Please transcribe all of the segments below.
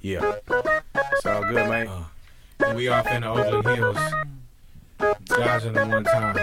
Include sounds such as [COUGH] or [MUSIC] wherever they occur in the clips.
Yeah. It's all good, man. And we off in the Oakland Hills. Dodging the one time.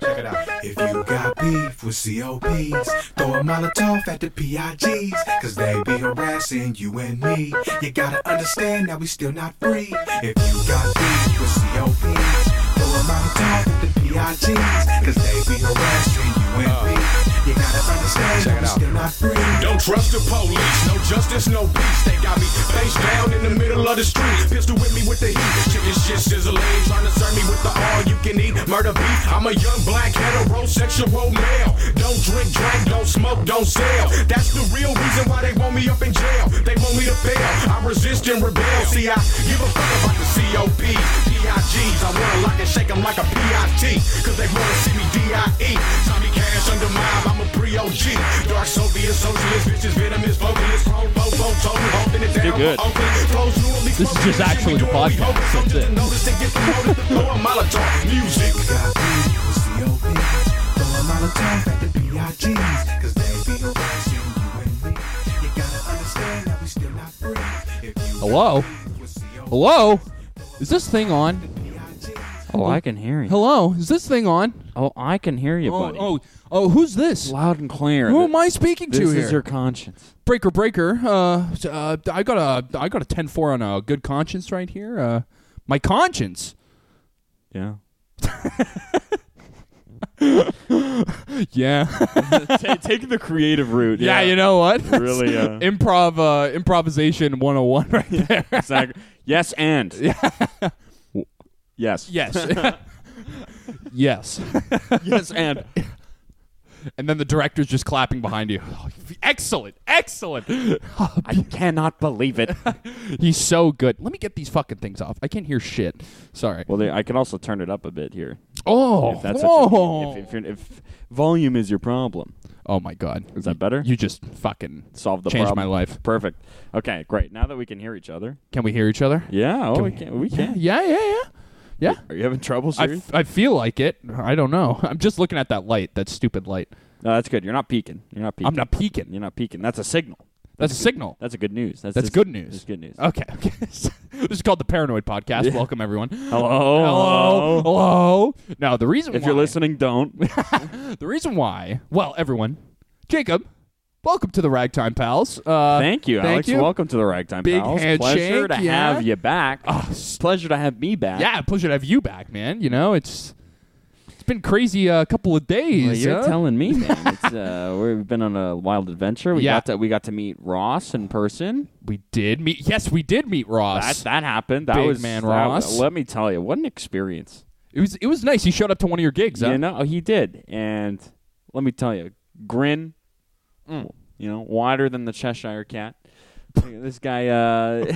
Check it out. If you got beef with COPs, throw a Molotov at the PIGs, cause they be harassing you and me. You gotta understand that we still not free. If you got beef with COPs, throw a Molotov at the PIGs, cause they be harassing you and me. You gotta understand that we still not free. Don't trust the police, no justice, no peace. They got me face down in the middle of the street. Pistol with me with the heat, chicken shit sizzling. Trying to serve me with the all you can eat murder beat. I'm a young black heterosexual male. Don't drink, drink, don't smoke, don't sell. That's the real reason why they want me up in jail. They want me to fail. I resist and rebel. See, I give a fuck about the COPs, PIGs. I wanna lock and shake 'em like a PIT, cause they wanna see me DIE. Tommy Cash under mine, I'm a pre OG. Dark Soviet socialist, bitches, venomous, vocalist, homophobe, total, holding it down. You're good. for Oakland. Flows normally This is just actually the podcast. That's it. it. Music. Got beef with COPs, throw a Molotov at the PIGs, cause they be harassing you and me. You gotta understand that we still not free. If you Hello? Hello? Is this thing on? Oh, I can hear you. Hello? Is this thing on? Oh, I can hear you, Oh, buddy. oh, oh, who's this? loud and clear. Who am I speaking to This here? is your conscience. breaker, breaker. Uh, s- uh, I got a, I got a ten four on a good conscience right here. Uh, my conscience. [LAUGHS] Yeah. [LAUGHS] Yeah, take the creative [LAUGHS] route. yeah. You know what? [LAUGHS] Really, [LAUGHS] uh, improv, uh, improvisation one hundred and one [LAUGHS] right there. Exactly. [LAUGHS] Yes, and. Yeah. Yes. yes. [LAUGHS] yes. [LAUGHS] Yes, and. And then the director's just clapping behind you. [LAUGHS] excellent. Excellent. I cannot believe it. He's so good. Let me get these fucking things off. I can't hear shit. Sorry. [LAUGHS] Well, there, I can also turn it up a bit here. oh. If that's whoa. what you, if, if, you're, if volume is your problem, oh my god. is that better? You just fucking solve the changed problem. my life. Perfect. Okay, great. Now that we can hear each other. Can we hear each other? Yeah. Oh, we can. We can. Yeah, yeah, yeah. Yeah. Are you having trouble, I, sir? f- I feel like it. I don't know. [LAUGHS] I'm just looking at that light, that stupid light. No, that's good. You're not peeking. You're not peeking. I'm not peeking. You're not peeking. That's a signal. That's a signal. That's a good news. That's, That's just- good news. Oh, That's good news. Okay. [LAUGHS] okay. this is called the Paranoid Podcast. Welcome, everyone. Hello. Hello. Hello. Now, the reason oh, If why, you're [LAUGHS] listening, don't. the reason why, well, everyone, Jacob, welcome to the Ragtime Pals. Uh, Thank you, thank Alex. You. Welcome to the Ragtime Big Pals. handshake, Pleasure to yeah. Oh, have you back. Pleasure to have me back. Yeah, pleasure to have you back, man. You know, it's it's been crazy a couple of days. Well, you're huh? telling [LAUGHS] me, man. It's, uh, we've been on a wild adventure. We Yeah. got to we got to meet Ross in person. we did meet. Yes, we did meet That Ross. that happened. That Big was man that- Ross. let me tell you, what an experience. It was it was nice. He showed up to one of your gigs. huh? You know, oh, he did, and let me tell you, grin. Mm. You know, wider than the Cheshire Cat. [LAUGHS] Look at this guy. Uh,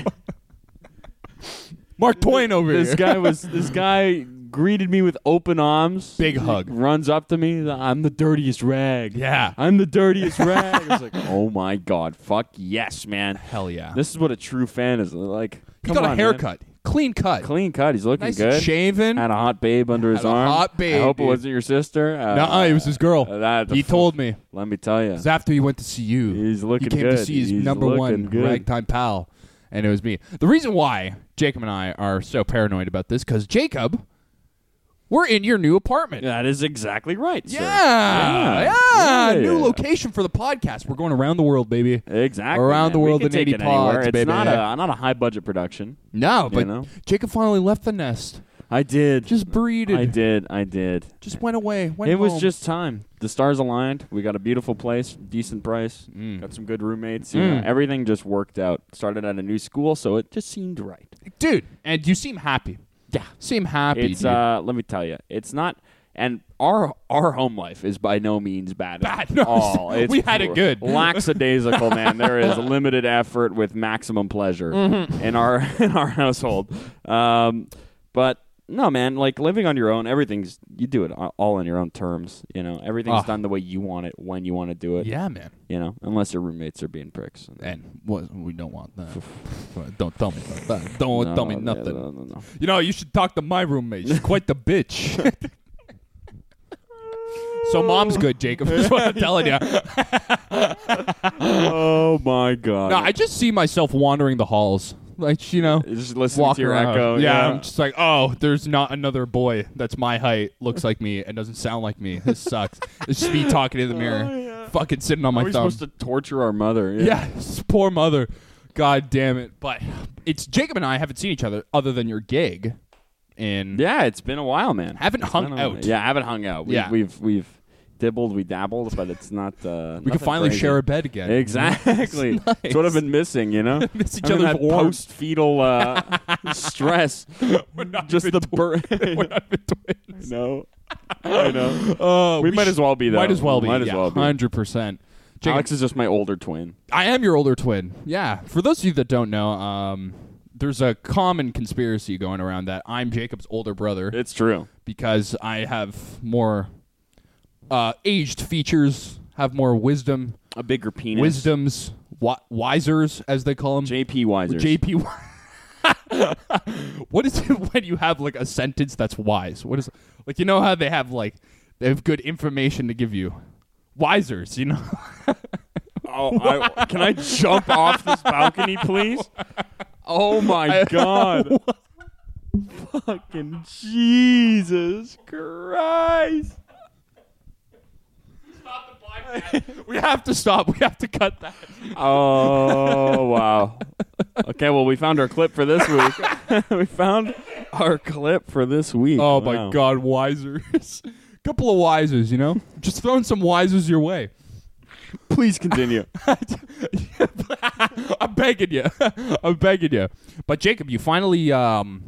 Mark Twain over this here. [LAUGHS] guy was this guy greeted me with open arms Big hug. runs up to me i'm the dirtiest rag Yeah. i'm [LAUGHS] the dirtiest rag i was like oh my god fuck yes man Hell yeah. this is what a true fan is like he come got on, a man. haircut, clean cut, clean cut he's looking nice and good shaven. had a hot babe under his Had a arm hot i hope babe, it wasn't your sister uh, Nuh-uh, it was his girl. uh, that- he told me. let me tell you It was after he went to see you. He's looking He came to good. see his He's number one looking good. ragtime pal, and it was me. The reason why Jacob and I are so paranoid about this because Jacob, we're in your new apartment. that is exactly right sir. Yeah. Yeah. Yeah. Yeah. New location for the podcast. We're going around the world, baby. Exactly. Around man. the We world can in take 80 it anywhere. pods, It's baby. not a not a high budget production. No, but know? Jacob finally left the nest. I did. Just breeded. I did. I did. Just went away. Went It was home. just time. The stars aligned. We got a beautiful place, decent price, got some good roommates. You Mm. know, everything just worked out. Started at a new school, so it just seemed right. dude. And you seem happy. Yeah, seem happy. It's dude. uh, let me tell you, it's not. And our our home life is by no means bad, Bad. [LAUGHS] at No, all. It's we had it good. [LAUGHS] lackadaisical, man. [LAUGHS] There is limited effort with maximum pleasure Mm-hmm. in our [LAUGHS] in our household. Um, but no, man, like living on your own, everything's you do it a- all on your own terms. You know, everything's Ah. done the way you want it when you want to do it. yeah, man. You know, unless your roommates are being pricks. And what, we don't want that. [LAUGHS] But don't tell me about that. Don't No, tell me Uh, yeah, nothing. no, no, [LAUGHS] no. You know, you should talk to my roommate. She's quite the bitch. [LAUGHS] So mom's good, Jacob. [LAUGHS] Is what [LAUGHS] I'm telling you. Oh my god. No, I just see myself wandering the halls, like you know, just listening walk to your around. echo. Yeah, I'm just like, oh, there's not another boy that's my height, looks like me, and doesn't sound like me. This sucks. it's just me talking to the mirror, fucking sitting on my Oh, Are we thumb. supposed to torture our mother? Yeah, this poor mother. God damn it. But it's Jacob and I haven't seen each other other than your gig. And Yeah, it's been a while, man. haven't hung I don't know. out. Yeah, I haven't hung out. We, Yeah. We've we've dibbled, we dabbled, but it's not. Uh, We can finally share a bed again. [LAUGHS] Exactly. It's nice. It's what I've been missing, you know? [LAUGHS] Miss each Having other's that warmth. [LAUGHS] post-fetal uh, stress. Just the burn. We're [LAUGHS] not Oh, even twins. [LAUGHS] no. I know. Uh, We might as well be, though. Might as well be. Might as well be. 100%. Jacob, Alex is just my older twin. I am your older twin. Yeah. For those of you that don't know, um, there's a common conspiracy going around that I'm Jacob's older brother. It's true. because I have more uh, aged features, have more wisdom, A bigger penis. wisdoms, wi- wisers as they call them. JP Wiser. JP. wi- [LAUGHS] what is it when you have like a sentence that's wise? What is like you know how they have like they have good information to give you. Wisers, you know. [LAUGHS] Oh, I, can I jump off this balcony, please? [LAUGHS] Oh my god! Fucking Jesus Christ! we have to stop. We have to cut that. Oh wow! Okay, well we found our clip for this week. [LAUGHS] we found our clip for this week. Oh Wow. my God, wisers. [LAUGHS] Couple of wisers, you know. Just throwing some wisers your way. [LAUGHS] Please continue. I'm begging you. [LAUGHS] I'm begging you. But Jacob, you finally um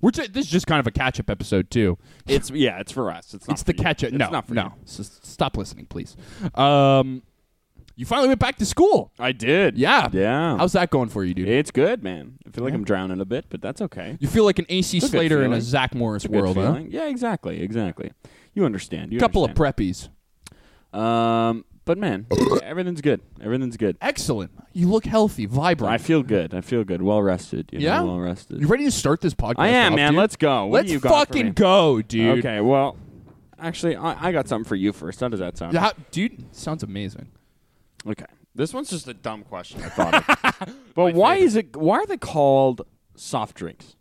we're ju- this is just kind of a catch-up episode too. it's yeah, it's for us. It's not. It's the for you. catch-up. It's No, not for no. you. S- stop listening, please. Um you finally went back to school. I did. Yeah. Yeah. How's that going for you, dude? it's good, man. I feel like I'm drowning a bit, but that's okay. you feel like an AC a good Slater in a feeling. Zach Morris Good world, huh? feeling. Yeah, exactly, exactly. You understand. You Couple of understand. preppies. Um, but man, everything's good. Everything's good. Excellent. You look healthy, vibrant. I feel good. I feel good. Well rested. You know, Yeah? well rested. you ready to start this podcast? I am, off, man. dude? Let's go. What Let's do you got for me? fucking go, dude. Okay. Well, actually, I, I got something for you first. How does that sound? Yeah, how- dude, sounds amazing. Okay. This one's just a dumb question. I [LAUGHS] thought. of. but why is it? Why are they called soft drinks?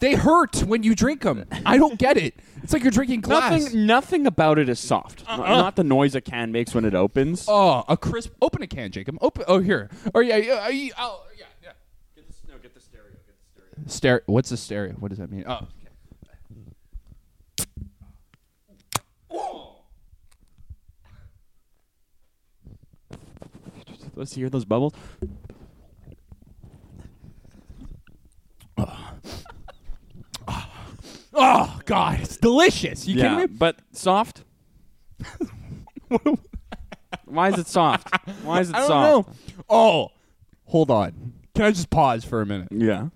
They hurt when you drink them. I don't get it. It's like you're drinking glass. Nothing. Nothing about it is soft. N- Not the noise a can makes when it opens. Uh-uh. Oh, a crisp. Open a can, Jacob. Open. Oh, here. Oh, yeah. yeah, yeah, oh, yeah, yeah. Get the, no, get the stereo. Get the stereo. Stereo. What's a stereo? What does that mean? Oh. okay. Let's hear those bubbles. Oh God, it's delicious. You yeah, kidding me? but soft. [LAUGHS] Why is it soft? Why is it I don't soft? know. Oh, hold on. Can I just pause for a minute? Yeah.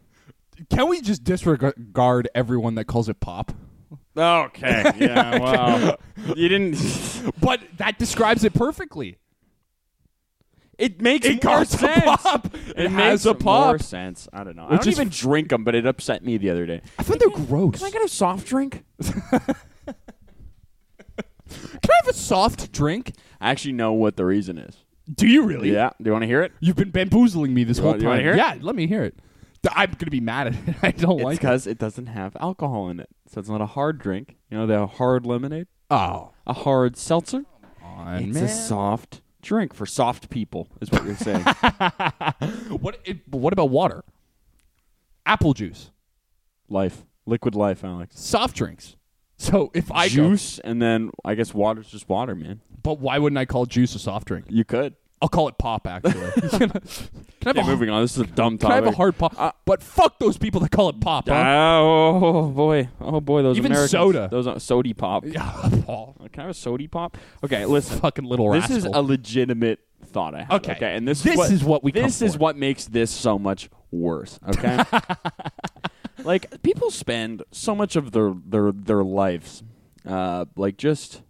Can we just disregard everyone that calls it pop? [LAUGHS] Okay. Yeah. Wow. you didn't. [LAUGHS] But that describes it perfectly. It makes It more guards a sense. pop. It, It makes has a pop. more sense. I don't know. I Which don't is even drink them, but it upset me the other day. I thought they're gross. Can I get a soft drink? Can I have a soft drink? I actually know what the reason is. Do you really? Yeah. Do you want to hear it? You've been bamboozling me this You whole want- time. you wanna hear it? yeah, let me hear it. Th- I'm gonna be mad at it. [LAUGHS] I don't It's like it. because it doesn't have alcohol in it, so it's not a hard drink. You know, the hard lemonade, Oh, a hard seltzer. on, It's man. a soft drink for soft people, is what you're saying. What? It, but what about water? Apple juice, [LAUGHS] life, liquid life, Alex. soft drinks. So if I go- Juice, and then I guess water's just water, man. but why wouldn't I call juice a soft drink? You could. I'll call it pop. [LAUGHS] Actually, can I, can I have, Okay, a, moving on. This is a dumb can I topic. Uh, have a hard pop? but fuck those people that call it pop. Huh? Oh, oh, boy, oh boy, those Even Americans, soda. those are sody pop. Can Yeah, [LAUGHS] Paul, I have a sody pop? Okay, listen. fucking little This rascal. is a legitimate thought I had. Okay. and this This is what, is what we come this is for. what makes this so much worse. [LAUGHS] Okay, like people spend so much of their their their lives, uh, like just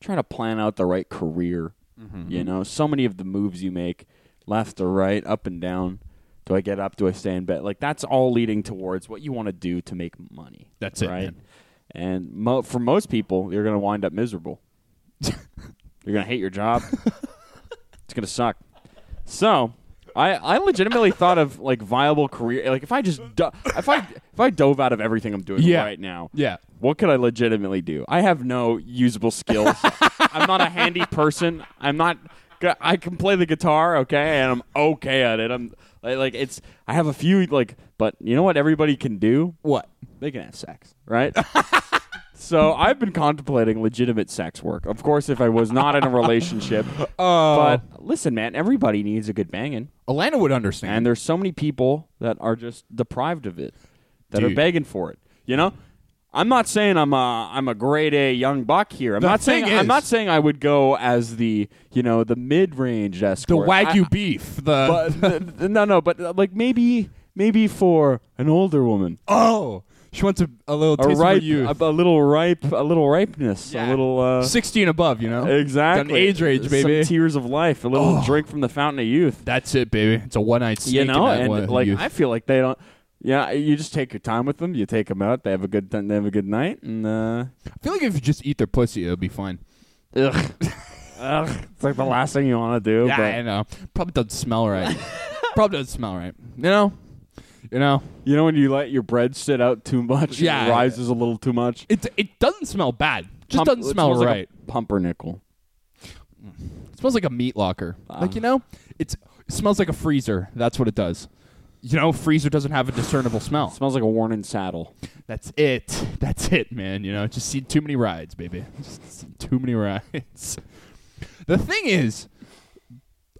trying to plan out the right career. Mm-hmm. You know, so many of the moves you make, left or right, up and down. Do I get up? Do I stay in bed? Like that's all leading towards what you want to do to make money. That's it, right? man. And mo- for most people, you're going to wind [LAUGHS] up miserable. you're going to hate your job. it's going to suck. So, I, I legitimately thought of like viable career. Like if I just do- if I if I dove out of everything I'm doing Yeah. right now, Yeah. what could I legitimately do? I have no [LAUGHS] usable skills. I'm not a handy person. I'm not. I can play the guitar, okay, and I'm okay at it. I'm like, like it's. I have a few like, but you know what? Everybody can do What? they can have sex, right? [LAUGHS] so I've been contemplating legitimate sex work. Of course, if I was not in a [LAUGHS] relationship. Uh, but listen, man, everybody needs a good banging, Alana would understand. and there's so many people that are just deprived of it, that are Dude. begging for it. You know, I'm not saying I'm a I'm a grade A young buck here. I'm The not saying thing is- I'm not saying I would go as the you know the mid range the escort. I- wagyu beef. The [LAUGHS] but th- th- no, no, but uh, like maybe maybe for an older woman oh, she wants a, a little a taste ripe, for you. a, a little ripe, a little ripeness, a Yeah. little uh, Sixteen above, you know. Got exactly an age range, Some baby. tears of life, a little Oh. drink from the fountain of youth. That's it, baby. It's a one night sneak. you in know, that one and like youth. I feel like they don't. Yeah, you just take your time with them. You take them out. They have a good. They have a good night. And uh, I feel like if you just eat their pussy, it'll be fine. ugh, [LAUGHS] ugh, it's like the last thing you want to do. Yeah, but I know. Probably doesn't smell right. Probably doesn't smell right. You know, you know. you know when you let your bread sit out too much, Yeah. it rises a little too much. It it doesn't smell bad. Just Pump- doesn't it smell smells like a right. pumpernickel. it smells like a meat locker. like you know, it's it smells like a freezer. That's what it does. You know, freezer doesn't have a discernible smell. It smells like a worn saddle. That's it. [LAUGHS] That's it, man. You know, just see too many rides, baby. [LAUGHS] Just seen too many rides. [LAUGHS] The thing is,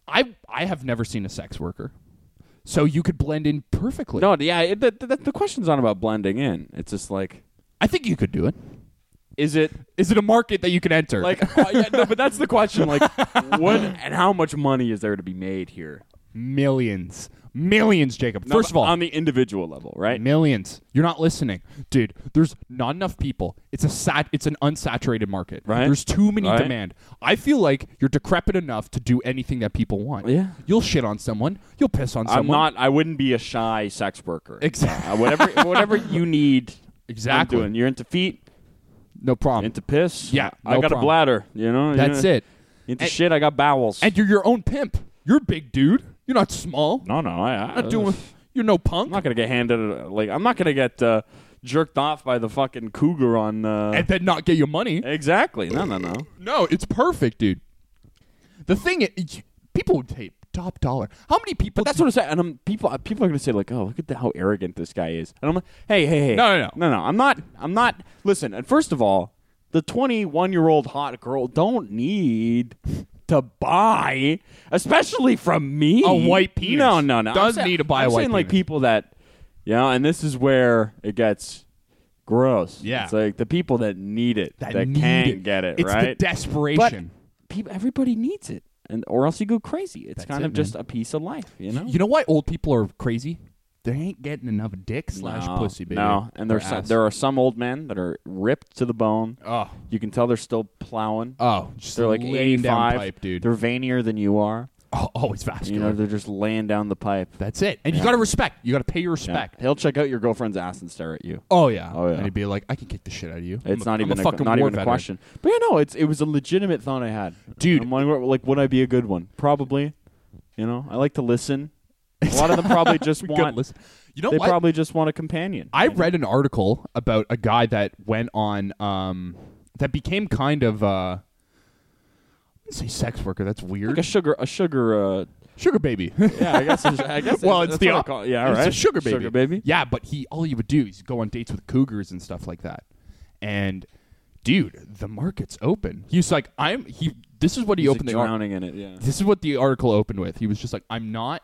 I I have never seen a sex worker, so you could blend in perfectly. No, yeah. It, the, the, the question's not about blending in. It's just like, I think you could do it. is it Is it a market that you can enter? Like, uh, yeah, no, but that's the question. Like, [LAUGHS] what and how much money is there to be made here? millions, millions, Jacob. No, First of but all, on the individual level, right? Millions. You're not listening, dude. There's not enough people. It's a sat. It's an unsaturated market. Right. There's too many Right. demand. I feel like you're decrepit enough to do anything that people want. Yeah. You'll shit on someone. You'll piss on I'm someone. not. I wouldn't be a shy sex worker. Exactly. [LAUGHS] Uh, whatever, whatever you need. I'm Exactly. doing. You're into feet, No problem. into piss. Yeah, I no got problem. a bladder. You know. You That's know, it. Into And- shit, I got bowels. And you're your own pimp. You're a big dude. You're not small. no, no, I, I, You're not doing. You're no punk. I'm not gonna get handed. a- Like, I'm not gonna get uh, jerked off by the fucking cougar on. Uh, and then not get your money. exactly. No, no, no. No, it's perfect, dude. The thing, is, people would pay top dollar. How many people? But that's what I'm saying. And I'm, people uh, people are gonna say like, oh, look at the, how arrogant this guy is. And I'm like, hey, hey, hey, No, no, no. no, no. I'm not. I'm not. Listen. And first of all, the 21 year old hot girl don't need to buy, especially from me, A white penis. No, no, no. I'm Does saying- need to buy a I'm white saying like penis. people that, you know, and this is where it gets gross. Yeah. It's like the people that need it that, need can it. get it It's right. the but desperation. people, everybody needs it. And, or else you go crazy. It's That's kind it, of just a piece of life, you know. You know why old people are crazy? They ain't getting enough dick slash No, pussy, baby. No, and there's Or some, ass. there are some old men that are ripped to the bone. oh You can tell they're still plowing. oh just they're like laying 85. down pipe, dude. They're veinier than you are. oh, always You vascular. know, they're just laying down the pipe. That's it, and you gotta respect. You gotta pay your Yeah. respect. He'll check out your girlfriend's ass and stare at you. Oh yeah, Oh, yeah. And he'd be like, I can kick the shit out of you. It's I'm not a, even I'm a a, fucking not war even a veteran. question. But you know, it's it was a legitimate thought I had, Dude. I'm wondering, like, would I be a good one? Probably. You know, I like to listen. A lot [LAUGHS] of them probably just We want. could listen. You know They what? probably just want a companion. I you know? read an article about a guy that went on um that became kind of uh I wouldn't say sex worker. That's weird. like a sugar, a sugar uh, sugar baby. [LAUGHS] Yeah, I guess. It's, I [LAUGHS] guess. well, it's, it's that's the what I call it. yeah, all it's right. a sugar baby. Sugar baby. Yeah, but he all he would do is go on dates with cougars and stuff like that. And dude, the market's open. He's like, I'm he. This is what he He's, like, opened the ar- drowning in it. Yeah. This is what the article opened with. He was just like, I'm not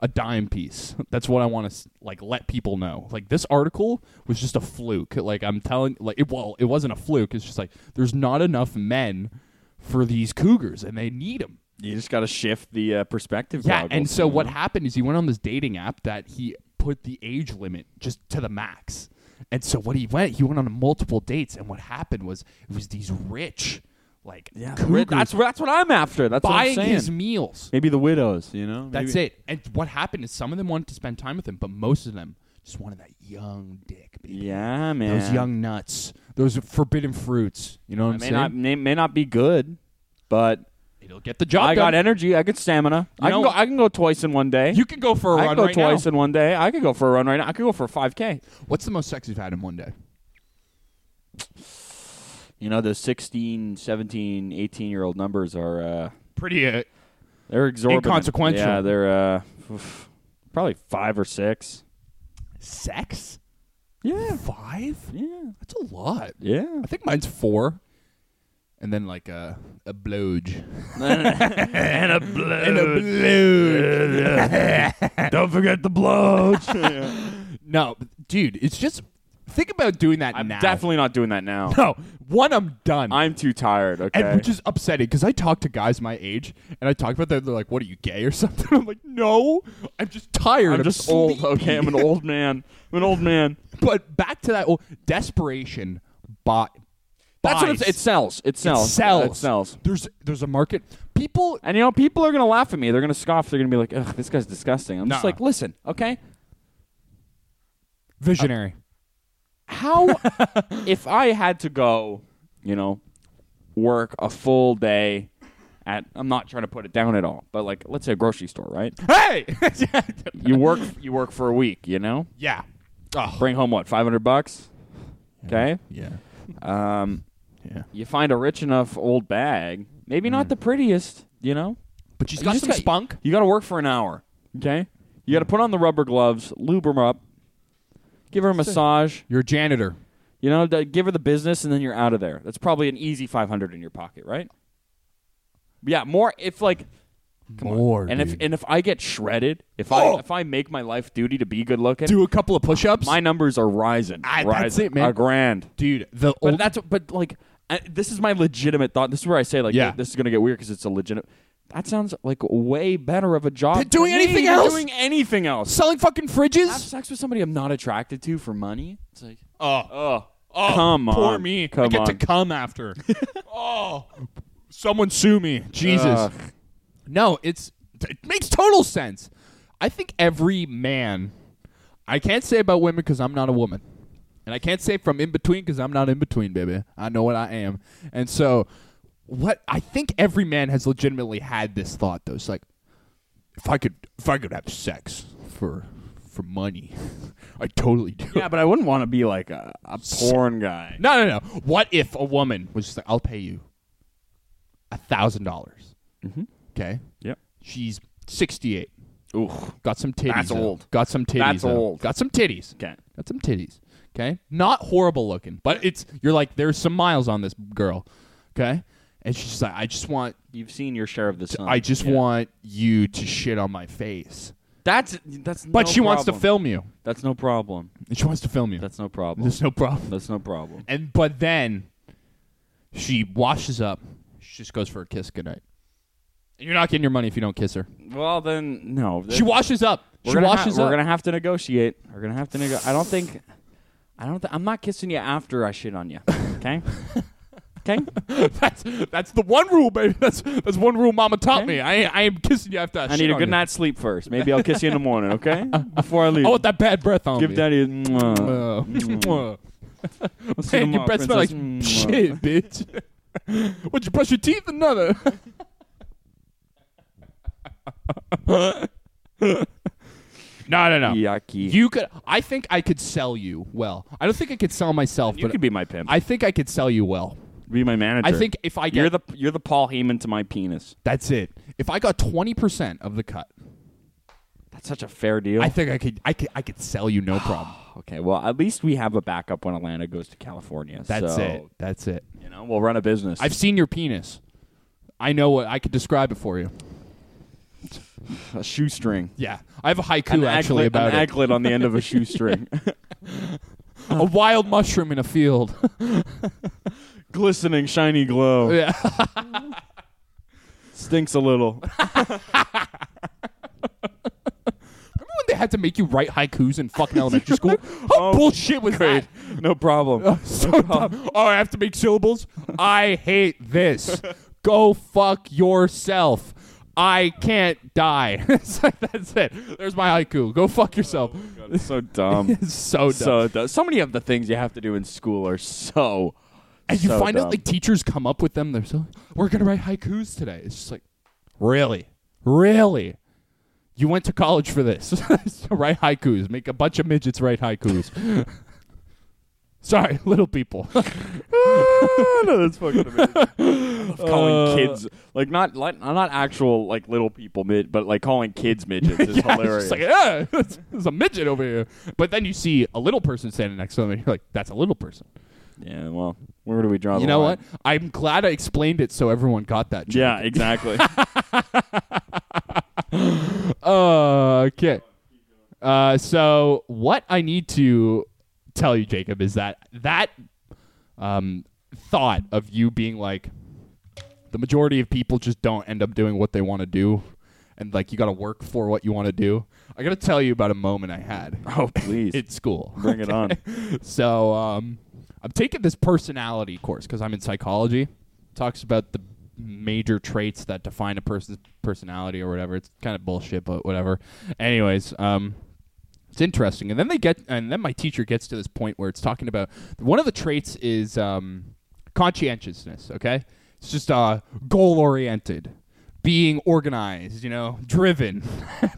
a dime piece. That's what I want to like let people know. Like this article was just a fluke. Like I'm telling, like it, well, it wasn't a fluke. It's just like there's not enough men for these cougars, and they need them. You just got to shift the uh, perspective. Yeah, goggles, and so you what know? happened is he went on this dating app that he put the age limit just to the max. And so what he went, he went on multiple dates, and what happened was it was these rich, like Yeah, the cougars ri- that's that's what I'm after. That's buying what I'm saying. his meals. Maybe the widows. You know. That's it. And what happened is some of them wanted to spend time with him, but most of them Just wanted that young dick, baby. Yeah, man. Those young nuts. Those forbidden fruits. You know what It I'm may saying? not may, may not be good, but It'll get the job I done. got energy. I got stamina. I know- can go. I can go twice in one day. You could go for a I run can go right twice now. in one day. I could go for a run right now. I could go for five k. What's the most sex you've had in one day? You know, those 16, 17, 18 year old numbers are uh, Pretty. Uh, they're exorbitant. Inconsequential. Yeah, they're uh, oof, probably five or six. sex? Yeah, Five? yeah, That's a lot. yeah. I think mine's four, and then like a a [LAUGHS] bloge. and a blow. And a bloge. [LAUGHS] Don't forget the blow. [LAUGHS] no, dude, it's just think about doing that I'm now. definitely not doing that now. no. One, I'm done. I'm too tired. Okay. and which is upsetting because I talk to guys my age and I talk about that. They're like, "What are you gay or [LAUGHS] something?" I'm like, "No, I'm just tired. I'm just old. sleepy." Okay, [LAUGHS] I'm an old man. I'm an old man. but back to that old desperation. Bot. That's what buys. it's, it sells. It It sells. sells. It sells. There's there's a market. People And you know, people are gonna laugh at me. They're gonna scoff. They're gonna be like, "Ugh, this guy's disgusting." I'm just Nuh-uh. like, listen, okay. visionary. How if I had to go, you know, work a full day at I'm not trying to put it down at all, but like let's say a grocery store, right? [LAUGHS] hey. [LAUGHS] you work you work for a week, you know? yeah. Oh. Bring home what, five hundred bucks? Okay. Yeah. Um Yeah. you find a rich enough old bag, maybe not the prettiest, you know? But she's You Mm. got just some spunk. You got to work for an hour. Okay. You got to put on the rubber gloves, lube her up, give her a massage. You're a janitor. You know, d- give her the business, and then you're out of there. That's probably an easy 500 in your pocket, right? Yeah, more if like, More. and if dude. and if I get shredded, if Oh! I if I make my life duty to be good looking, do a couple of push-ups, my numbers are rising. Ah, that's rising. it, man. A grand. dude. The But old, that's but like I, this is my legitimate thought. This is where I say like Yeah. this is gonna get weird because it's a legitimate. That sounds like way better of a job. Than doing for me anything than else? Doing anything else? selling fucking Have fridges. sex with somebody I'm not attracted to for money. It's like Oh, oh, oh come on, poor me. Come I get on. to come after. [LAUGHS] oh, someone sue me, Jesus. Ugh. No, it's it makes total sense. I think every man. I can't say about women because I'm not a woman, and I can't say from in between because I'm not in between, baby. I know what I am, and so what I think every man has legitimately had this thought though. It's like if I could, if I could have sex for for money, [LAUGHS] Oh, I totally do. Yeah, but I wouldn't want to be like a, a porn guy. No, no, no. What if a woman was just like, "I'll pay you a thousand dollars"? Mm-hmm. Okay. Yep. She's sixty-eight. Ooh. Got some titties. That's though. old. Got some titties. That's though. old. Got some titties. Okay. Got some titties. Okay. Not horrible looking, but it's you're like there's some miles on this girl. Okay. And she's just like, I just want, You've seen your share of the sun. I just want you to shit on my face. That's that's. But she wants to film you. That's no problem. And she wants to film you. That's no problem. There's no problem. That's no problem. And but then she washes up. She just goes for a kiss goodnight. And you're not getting your money if you don't kiss her. Well then, no. She washes up. We're she gonna ha- washes up. We're gonna have to negotiate. We're gonna have to negotiate. I don't think. I don't. Th- I'm not kissing you after I shit on you. Okay. [LAUGHS] okay. [LAUGHS] that's that's the one rule, baby. [LAUGHS] That's that's one rule Mama taught Okay. me. I I am kissing you after I, I shit need a on good you. night's sleep first. Maybe I'll kiss you in the morning. Okay. [LAUGHS] Before I leave. I want that bad breath on Give Mm. me. daddy. a mwah. Uh, [LAUGHS] [LAUGHS] I'll see you Man, your tomorrow, breath smells like princess. Mm. Mwah. shit, bitch. [LAUGHS] Would you brush your teeth? Another. [LAUGHS] no, no, no. Yucky. You could. I think I could sell you well. I don't think I could sell myself, You but could be my pimp. I think I could sell you well. be my manager. I think if I get you're the you're the Paul Heyman to my penis. that's it. If I got twenty percent of the cut, That's such a fair deal. I think I could. I could. I could sell you no problem. [SIGHS] okay, well at least we have a backup when Atlanta goes to California. That's so, it. That's it. You know, we'll run a business. I've seen your penis. I know what I could describe it for you. a shoestring. Yeah, I have a haiku actually anklet, about an it. anklet on the [LAUGHS] end of a shoestring, [LAUGHS] A wild mushroom in a field. [LAUGHS] glistening, shiny glow. yeah. Stinks [LAUGHS] a little. Remember when they had to make you write haikus in fucking elementary [LAUGHS] school? How bullshit was Oh, Great, no problem. that? [LAUGHS] So dumb. [LAUGHS] Oh, I have [LAUGHS] to make syllables. I hate this. Go fuck yourself. I can't die. [LAUGHS] it's like, that's it. There's my haiku. Go fuck yourself. It's so dumb. [LAUGHS] it's so dumb. Oh so dumb. So many of the things you have to do in school are so. and you so find dumb. out like teachers come up with them. They're so we're gonna write haikus today. It's just like, really, really, you went to college for this. [LAUGHS] So write haikus. Make a bunch of midgets write haikus. [LAUGHS] Sorry, little people. [LAUGHS] no, that's [LAUGHS] fucking amazing. Uh, calling kids like not like not actual like little people mid, but like calling kids midgets [LAUGHS] is Yeah, It's hilarious. just like, yeah, [LAUGHS] there's- there's a midget over here. But then you see a little person standing next to him, and you're like, that's a little person. yeah, well, where do we draw? You the know line? what? I'm glad I explained it so everyone got that. joke. Yeah, [LAUGHS] exactly. Uh, okay. Uh, so what I need to tell you, Jacob, is that that um, thought of you being like the majority of people just don't end up doing what they want to do, and like you got to work for what you want to do. I got to tell you about a moment I had oh, please, at school. bring it on. so um, I'm taking this personality course because I'm in psychology. talks about the major traits that define a person's personality or whatever. It's kind of bullshit, but whatever. Anyways, um, it's interesting. And then they get, and then my teacher gets to this point where it's talking about one of the traits is um, conscientiousness. Okay, it's just uh, goal oriented. Being organized, you know, driven.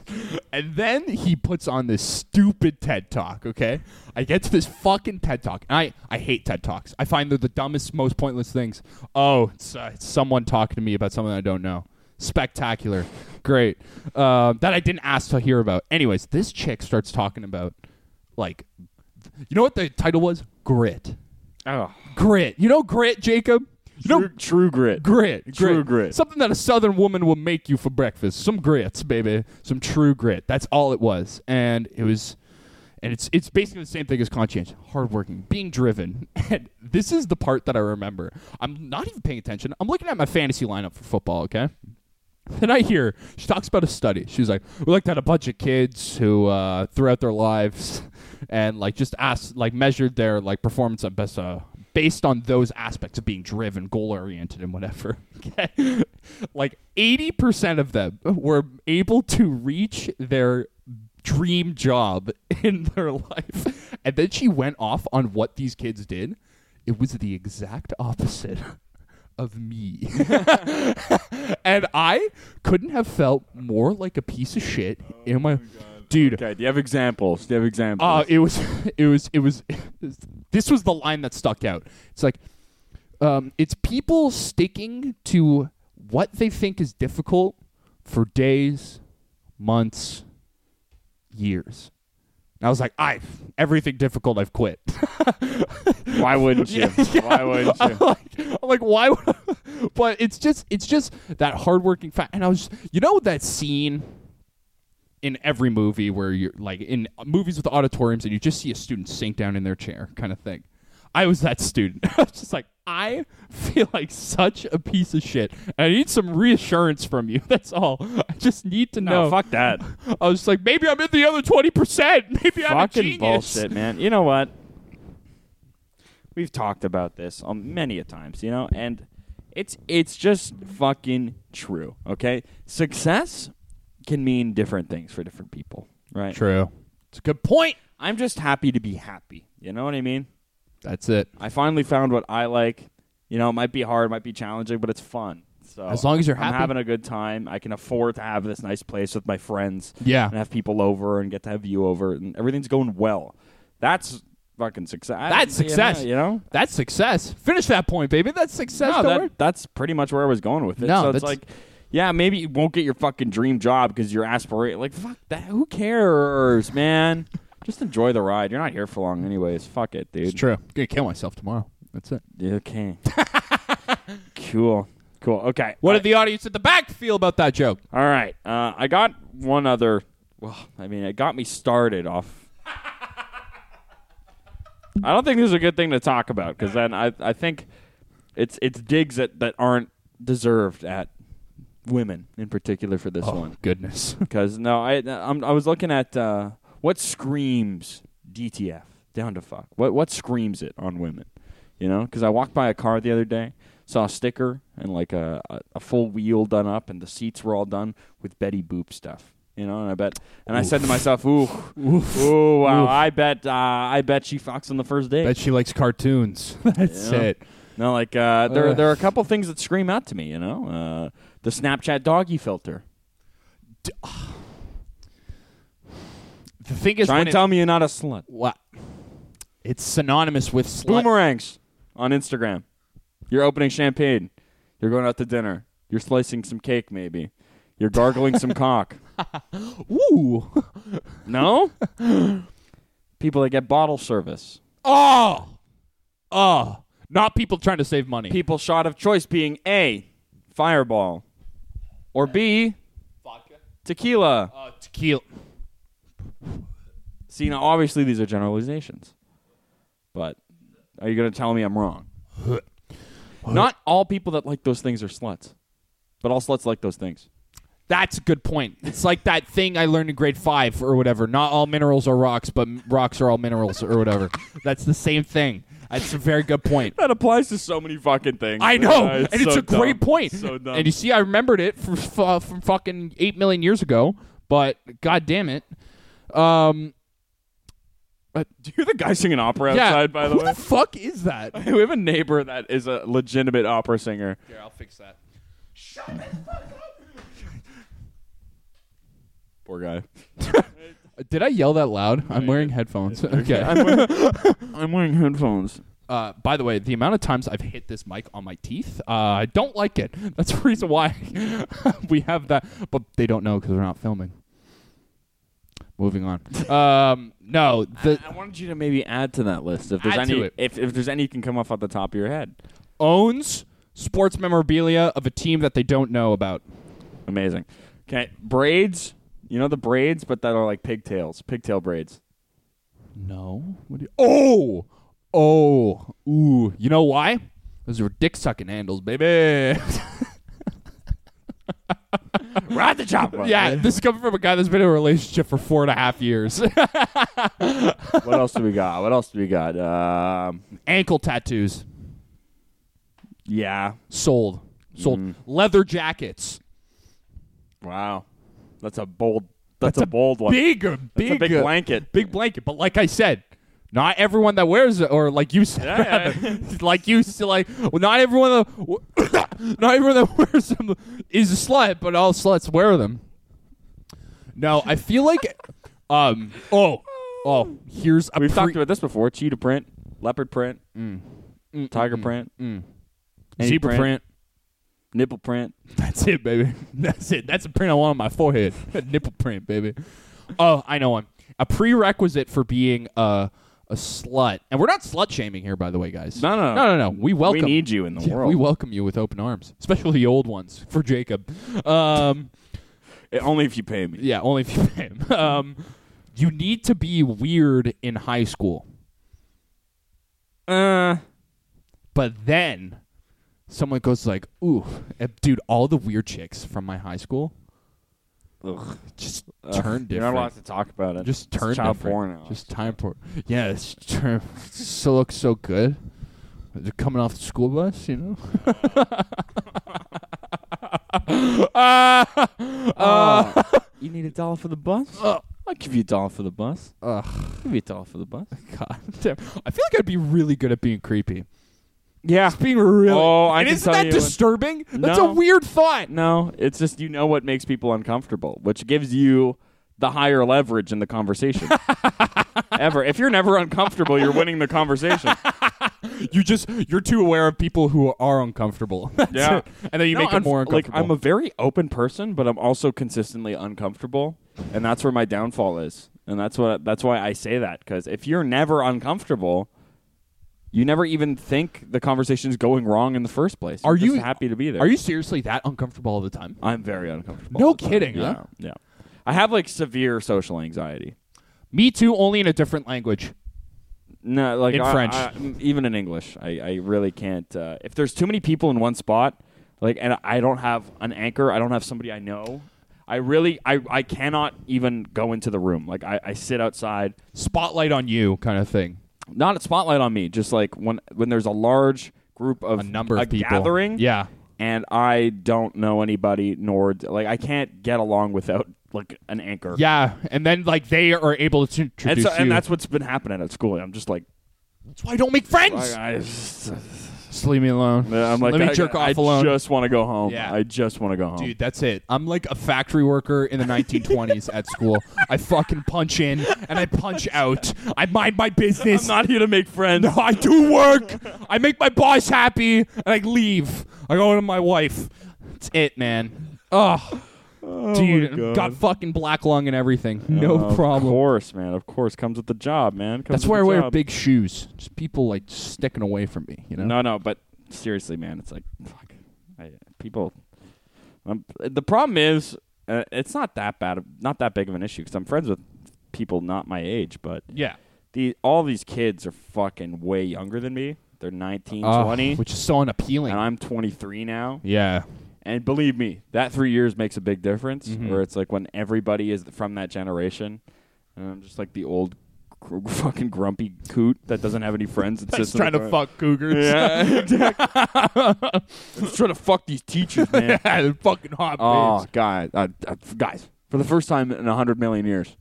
[LAUGHS] and then he puts on this stupid TED talk, okay? I get to this fucking TED talk. And I, I hate TED talks. I find they're the dumbest, most pointless things. Oh, it's, uh, it's someone talking to me about something I don't know spectacular, great. Um, that I didn't ask to hear about. Anyways, this chick starts talking about, like, you know what the title was? Grit. Oh, Grit. You know grit, Jacob. You know true, true grit. grit. grit. True grit. Something that a Southern woman will make you for breakfast. Some grits, baby. Some true grit. That's all it was, and it was. And it's it's basically the same thing as conscientious, hardworking, being driven. [LAUGHS] And this is the part that I remember. I'm not even paying attention. I'm looking at my fantasy lineup for football. Okay, [LAUGHS] then I hear she talks about a study. She's like, we looked at a bunch of kids who uh, throughout their lives and like just asked, like measured their like performance on best uh, based on those aspects of being driven, goal oriented, and whatever. [LAUGHS] Okay, like eighty percent of them were able to reach their dream job [LAUGHS] in their life, and then she went off on what these kids did. It was the exact opposite [LAUGHS] of me. and I couldn't have felt more like a piece of shit in my, dude. Okay, do you have examples? Do you have examples? Uh, it was, [LAUGHS] it was, it was. [LAUGHS] This was the line that stuck out. It's like, um, it's people sticking to what they think is difficult for days, months, years. And I was like, I everything difficult, I've quit. [LAUGHS] Why wouldn't you? Why wouldn't you? I'm like, I'm like, why? Would [LAUGHS] but it's just, it's just that hardworking fact. And I was, you know, that scene in every movie where you're like in movies with auditoriums and you just see a student sink down in their chair, kind of thing. I was that student. [LAUGHS] I was just like, I feel like such a piece of shit. And I need some reassurance from you. [LAUGHS] That's all. I just need to know. No, fuck that. I was like, maybe I'm in the other twenty percent. [LAUGHS] Maybe I'm a Fucking genius. bullshit, man. You know what? We've talked about this um, many a times, you know, and it's it's just fucking true. Okay, success can mean different things for different people, right? True. It's a good point. I'm just happy to be happy. You know what I mean? That's it. I finally found what I like. You know, it might be hard, it might be challenging, but it's fun. So As long as you're I'm happy. having a good time. I can afford to have this nice place with my friends. Yeah. and have people over and get to have you over, and everything's going well. That's fucking success. That's You know, success. You know. That's success. Finish that point, baby. That's success. No, Don't that- worry. that's pretty much where I was going with it. No, so it's that's- like, yeah, maybe you won't get your fucking dream job because you're aspirate. Like, fuck that. Who cares, man? Just enjoy the ride. You're not here for long, anyways. Fuck it, dude. It's true. I'm gonna kill myself tomorrow. That's it. Okay. cool. Cool. Okay. What I- did the audience at the back feel about that joke? All right. Uh, I got one other. Well, I mean, it got me started off. I don't think this is a good thing to talk about because then I, I think it's it's digs that, that aren't deserved at women in particular for this one. 'Cause one Oh, [LAUGHS] goodness. because no I I'm, I was looking at uh, what screams DTF down to fuck what what screams it on women you know because I walked by a car the other day Saw a sticker and like a, a, a full wheel done up, and the seats were all done with Betty Boop stuff. You know, and I bet, and I said to myself, "Ooh, ooh, wow! I bet, uh, I bet she fucks on the first date." Bet she likes cartoons. [LAUGHS] That's Yeah. it. No, like uh, there, Ugh. there are a couple things that scream out to me. You know, uh, the Snapchat doggy filter. The thing is, Try when and it- tell me you're not a slut. Wha- It's synonymous with slut. Boomerangs on Instagram. You're opening champagne. You're going out to dinner. You're slicing some cake, maybe. You're gargling some cock. Ooh. [LAUGHS] No? People that get bottle service. Oh. Oh. Not people trying to save money. People shot of choice being A, fireball, or B, Vodka. tequila. Uh, tequila. See, now obviously these are generalizations, but are you going to tell me I'm wrong? Not all people that like those things are sluts, but all sluts like those things. That's a good point. It's like that thing I learned in grade five or whatever. Not all minerals are rocks, but m- rocks are all minerals or whatever. That's the same thing. That's a very good point. [LAUGHS] That applies to so many fucking things. I know, Yeah, and it's so a great dumb. point. So dumb. And you see, I remembered it from f- uh, from fucking eight million years ago. But god damn it, um, do you hear the guy singing opera yeah. outside? By the who way, the fuck is that? [LAUGHS] we have a neighbor that is a legitimate opera singer. Here, I'll fix that. [LAUGHS] Poor guy. Did I yell that loud? I'm wearing headphones. [LAUGHS] Okay. I'm wearing, I'm wearing headphones. Uh, by the way, the amount of times I've hit this mic on my teeth, uh, I don't like it. [LAUGHS] That's the reason why we have that. But they don't know because we're not filming. Moving on. Um, no, the I wanted you to maybe add to that list if there's Add to any it. if, if there's any you can come off at the top of your head. owns sports memorabilia of a team that they don't know about. Amazing. Okay, braids. You know the braids, but that are like pigtails, pigtail braids. No. What do you, oh, oh, ooh. You know why? Those are dick sucking handles, baby. [LAUGHS] Ride the chopper. [LAUGHS] yeah, this is coming from a guy that's been in a relationship for four and a half years. [LAUGHS] what else do we got? What else do we got? Um, Ankle tattoos yeah. sold, sold. Mm. Leather jackets. Wow. That's a bold. That's, a, bold one. Big, uh, big, That's a big uh, [LAUGHS] blanket. big blanket. But like I said, not everyone that wears it, or like you said, [LAUGHS] Yeah, yeah. rather, like you said, like well, not everyone that [COUGHS] not everyone that [LAUGHS] wears them is a slut, but all sluts wear them. No, I feel like, um, oh, oh, here's a [LAUGHS] We've pre- talked about this before. Cheetah print, leopard print, Mm. Mm, tiger print, any zebra Mm. print. nipple print. [LAUGHS] That's it, baby. That's it. That's a print I want on my forehead. [LAUGHS] A nipple print, baby. Oh, I know one. A prerequisite for being a a slut, and we're not slut shaming here, by the way, guys. No, no, no, no, no. We welcome. We need you in the Yeah, [LAUGHS] world. we welcome you with open arms, especially the old ones for Jacob. Um, Eh, Only if you pay me. yeah, only if you pay him. [LAUGHS] Um, you need to be weird in high school, Uh, but then someone goes like, "Ooh, eh, dude, all the weird chicks from my high school ugh. just Ugh. turn different." You're not allowed to talk about it. just It's turn child different. porn. Alex. [LAUGHS] Just time porn. Yeah, it's turn. [LAUGHS] so looks so good. They're coming off the school bus, you [LAUGHS] know. Ah, ah, Oh. [LAUGHS] you need a dollar for the bus? Ugh. I'll give you a dollar for the bus. Ugh. Give you a dollar for the bus. [LAUGHS] God damn. I feel like I'd be really good at being creepy. Yeah. Being really. Oh, I and can isn't tell that you what- disturbing? That's No. a weird thought. No, it's just you know what makes people uncomfortable, which gives you the higher leverage in [LAUGHS] the conversation. Ever. If you're never uncomfortable, you're winning the conversation. You just you're too aware of people who are uncomfortable. [LAUGHS] That's Yeah. it. and then [LAUGHS] you No, make them I'm- more like uncomfortable. I'm a very open person, but I'm also consistently uncomfortable, and that's where my downfall is. And that's what that's why I say that because if you're never uncomfortable, you never even think the conversation's going wrong in the first place. Are You're you- just happy to be there? are you seriously that uncomfortable all the time? I'm very uncomfortable. No all the time. kidding, Yeah, huh? yeah. I have like severe social anxiety. Me too, only in a different language. No, like In I- French. I- m- even in English, I, I really can't. Uh, if there's too many people in one spot, like, and I don't have an anchor, I don't have somebody I know. I really, I, I cannot even go into the room. Like, I, I sit outside, Spotlight on you kind of thing. not a spotlight on me. Just like when when there's a large group of a number of a people gathering. Yeah, and I don't know anybody, nor like I can't get along without like an anchor. yeah, and then like they are able to and, introduce so, you. and that's what's been happening at school. I'm just like, That's why I don't make friends. I, I, Just leave me alone. am like, Let me I, jerk I off alone. just want to go home. Yeah. I just want to go home. Dude, that's it. I'm like a factory worker in the 1920s at school. I fucking punch in and I punch out. I mind my business. I'm not here to make friends. No, I do work. I make my boss happy, and I leave. I go to my wife. It's it, man. Oh, dude, got fucking black lung and everything. No Oh, of problem. Of course, man. Of course, comes with the job, man. Comes That's with why I the wear job. big shoes. Just people like sticking away from me. You know. No, no, but seriously, man, it's like fuck. I, people. I'm, the problem is, uh, it's not that bad, of, not that big of an issue because I'm friends with people not my age, but Yeah. the all these kids are fucking way younger than me. They're 19, Ugh, 20, Ah, which is so unappealing. and I'm 23 now. yeah. And believe me, that three years makes a big difference. Where it's like when everybody is from that generation, and I'm just like the old gr- [LAUGHS] fucking grumpy coot that doesn't have any friends. [LAUGHS] and sits in the front. fuck cougars. [LAUGHS] Yeah, exactly. I'm just trying to fuck these teachers, [LAUGHS] [LAUGHS] man. they're fucking hot oh, babes. God. Uh, uh, guys, for the first time in 100 million years,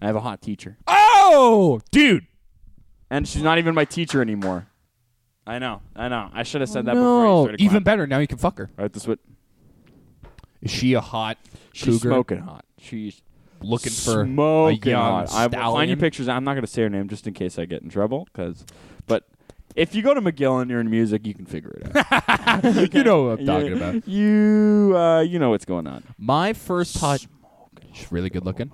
I have a hot teacher. Oh, dude. And she's not even my teacher anymore. Oh, I know. I know. I should have said that before. you no, started even clapping. better. Now you can fuck her. All right, this what Is she a hot she's cougar? smoking hot. She's looking for smoking a young hot. I will find you stallion. pictures. I'm not going to say her name just in case I get in trouble. Cause, but if you go to McGill and you're in music, you can figure it out. [LAUGHS] You know what I'm talking about. you, uh, you know what's going on. My first hot. She's really good looking.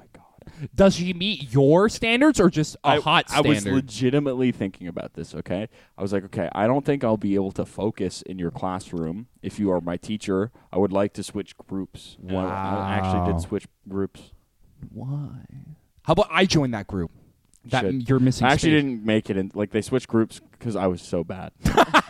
Does she meet your standards or just a I hot I standard? was legitimately thinking about this, okay? I was like, okay, I don't think I'll be able to focus in your classroom if you are my teacher. I would like to switch groups. One, I actually Wow. did switch groups. Why? How about I join that group? That Should. you're missing. I actually space. didn't make it in like they switched groups cuz I was so bad. [LAUGHS]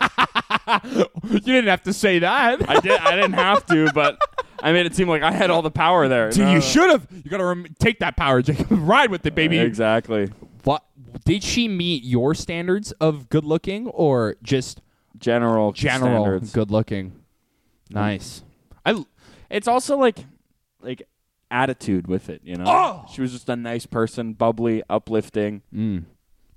You didn't have to say [LAUGHS] that. I did I didn't have to, but I made it seem like I had all the power there. Dude, No, no. you should have. You gotta rem- take that power, Jacob. [LAUGHS] Ride with it, baby. Exactly. What did she meet your standards of good looking or just General general standards. good looking? Nice. I It's also like like attitude with it, you know. Oh! She was just a nice person, bubbly, uplifting.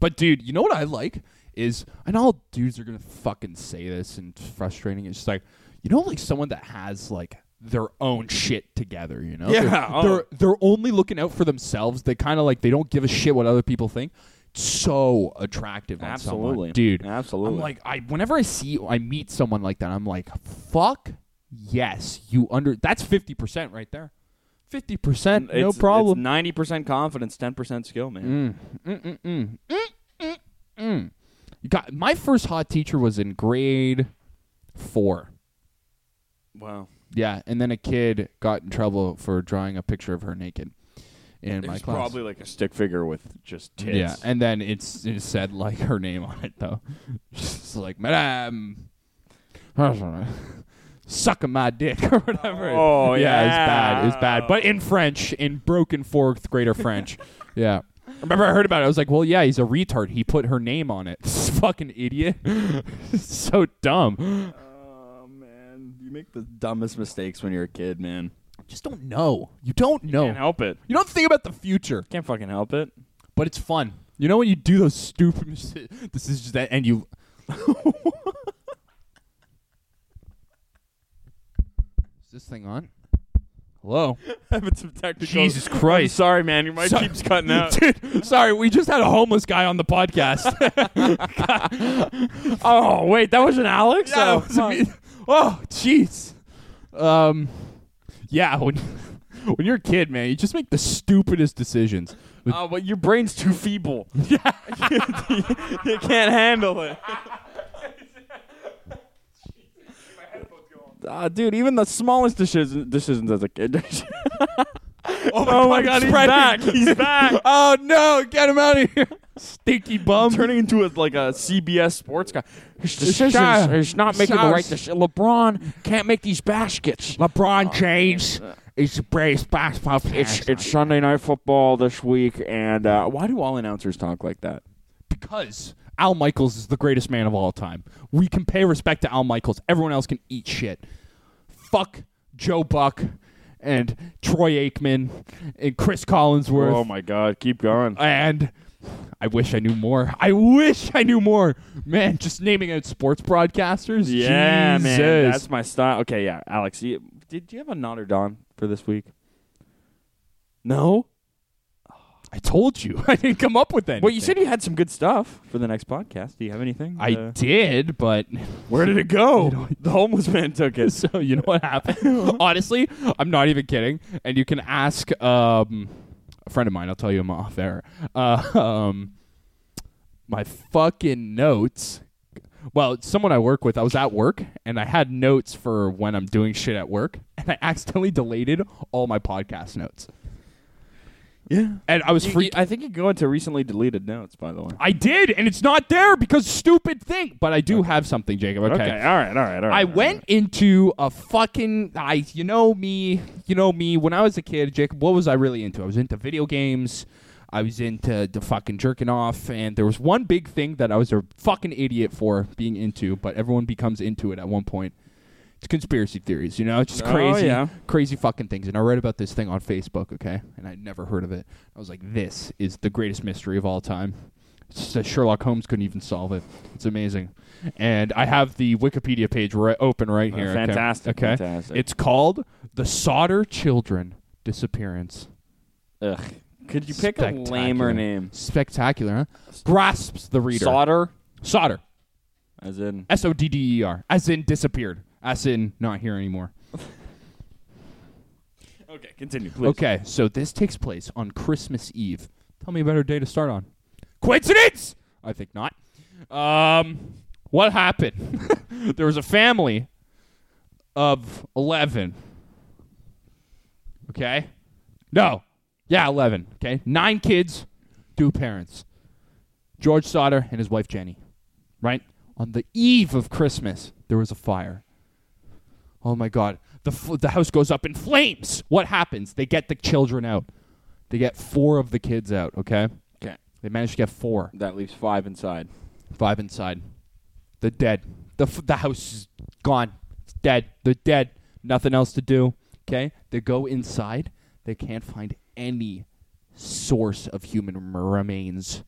But dude, you know what I like is, and all dudes are gonna fucking say this, and it's frustrating. It's just like, you know, like someone that has like their own shit together. You know, Yeah, They're, oh. they're they're only looking out for themselves. They kind of like they don't give a shit what other people think. So attractive, on someone. Absolutely. dude. Absolutely. I'm like, I whenever I see, I meet someone like that, I'm like, fuck, yes, you under. That's fifty percent right there. Fifty percent, no It's- problem. Mm. It's ninety percent confidence, ten percent skill, man. You got my first hot teacher was in grade four. Wow. Yeah, and then a kid got in trouble for drawing a picture of her naked in my It's class. probably like a stick figure with just tits. yeah, and then it's it said like her name on it though. [LAUGHS] It's like Madame, sucking my dick [LAUGHS] or whatever. Oh, yeah, it's bad. It's yeah. bad, but in French, in broken fourth grader French. [LAUGHS] yeah. I Remember, I heard about it. I was like, "Well, yeah, he's a retard. He put her name on it. [LAUGHS] Fucking idiot. [LAUGHS] so dumb. oh man, you make the dumbest mistakes when you're a kid, man. [GASPS] just don't know. You don't know. Can't help it. You don't think about the future, Can't fucking help [LAUGHS] it. but it's fun. You know when you do those stupid [LAUGHS] mis- This is just that, and [LAUGHS] you. is this thing on? Hello, Having some technical. Jesus Christ. I'm sorry, man. Your mic So- keeps [LAUGHS] cutting out. dude. Sorry, we just had a homeless guy on the podcast. [LAUGHS] oh wait, that wasn't Alex. Yeah, oh, it was imme- [LAUGHS] oh, jeez. Um, yeah, when [LAUGHS] when you're a kid, man, you just make the stupidest decisions. With- Oh, but your brain's too [LAUGHS] feeble. Yeah, you can't handle it. [LAUGHS] Uh, dude, even the smallest decisions, decisions as a kid. [LAUGHS] oh my, god, he's spreading. back! [LAUGHS] He's back! oh no, get him out of here, [LAUGHS] stinky bum. I'm turning into a, like a CBS sports guy. His Shut- decisions, he's not making the shut- right decision. LeBron can't make these baskets. Uh, LeBron James is the greatest basketball player. It's it's Sunday night football this week, and uh, why do all announcers talk like that? because Al Michaels is the greatest man of all time. We can pay respect to Al Michaels. Everyone else can eat shit. Fuck Joe Buck and Troy Aikman and Chris Collinsworth. Oh my God! Keep going. And I wish I knew more. I wish I knew more. Man, just naming out sports broadcasters. Yeah, Jesus. man, that's my style. Okay, yeah, Alex, you, did you have a nod or don for this week? No. I told you. [LAUGHS] I didn't come up with anything. Well, you said you had some good stuff for the next podcast. Do you have anything? I Uh, did, but [LAUGHS] [LAUGHS] where did it go? The homeless man took it. so you know what happened? Honestly, I'm not even kidding. And you can ask um, a friend of mine. I'll tell you I'm off air. Uh, [LAUGHS] um, my fucking notes. Well, it's someone I work with, I was at work and I had notes for when I'm doing shit at work, [LAUGHS] and I accidentally deleted all my podcast notes. [LAUGHS] Yeah. And I was You- freaking. you- I think you go into recently deleted notes, by the way. I did, and it's not there because stupid thing. But I do have something, Jacob. Okay. all right, all right, all right. I went into a fucking I you know me, you know me when I was a kid, Jacob, what was I really into? I was into video games. I was into the fucking jerking off and there was one big thing that I was a fucking idiot for being into, but everyone becomes into it at one point. It's conspiracy theories, you know, it's just Oh, crazy yeah. crazy fucking things. And I read about this thing on Facebook, okay? And I'd never heard of it. I was like, this is the greatest mystery of all time. It's just that Sherlock Holmes couldn't even solve it. It's amazing. And I have the Wikipedia page right open right here. okay? Oh, fantastic, Okay. fantastic. It's called The Solder Children Disappearance. Ugh. Could you pick a lamer Spectacular. name? Spectacular, huh? Grasps the reader. Solder, Solder. as in. S O D D E R. As in disappeared. As in not here anymore. Okay, continue, please. Okay, so this takes place on Christmas Eve. Tell me a better day to start on. Coincidence? I think not. Um, what happened? [LAUGHS] there was a family of 11. Okay? No. Yeah, 11. Okay? Nine kids, two parents George Sauter and his wife Jenny. Right? On the eve of Christmas, there was a fire. Oh my God. The, f- the house goes up in flames. What happens? They get the children out. They get four of the kids out, okay? Okay. They managed to get four, That leaves five inside. five inside. The dead. The, f- the house is gone. It's dead. They're dead. Nothing else to do, okay? They go inside. They can't find any source of human m- remains.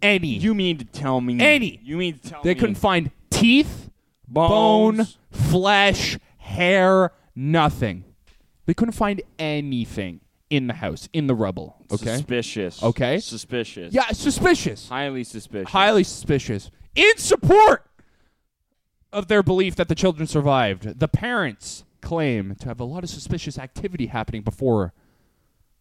Any. You mean to tell me? Any. You mean to tell they me? couldn't find teeth, bone, Mm. Bones. flesh, hair, nothing. They couldn't find anything in the house, in the rubble. Okay. Suspicious. Okay. Suspicious. yeah, suspicious. Highly suspicious. Highly suspicious. In support of their belief that the children survived, the parents claim to have a lot of suspicious activity happening before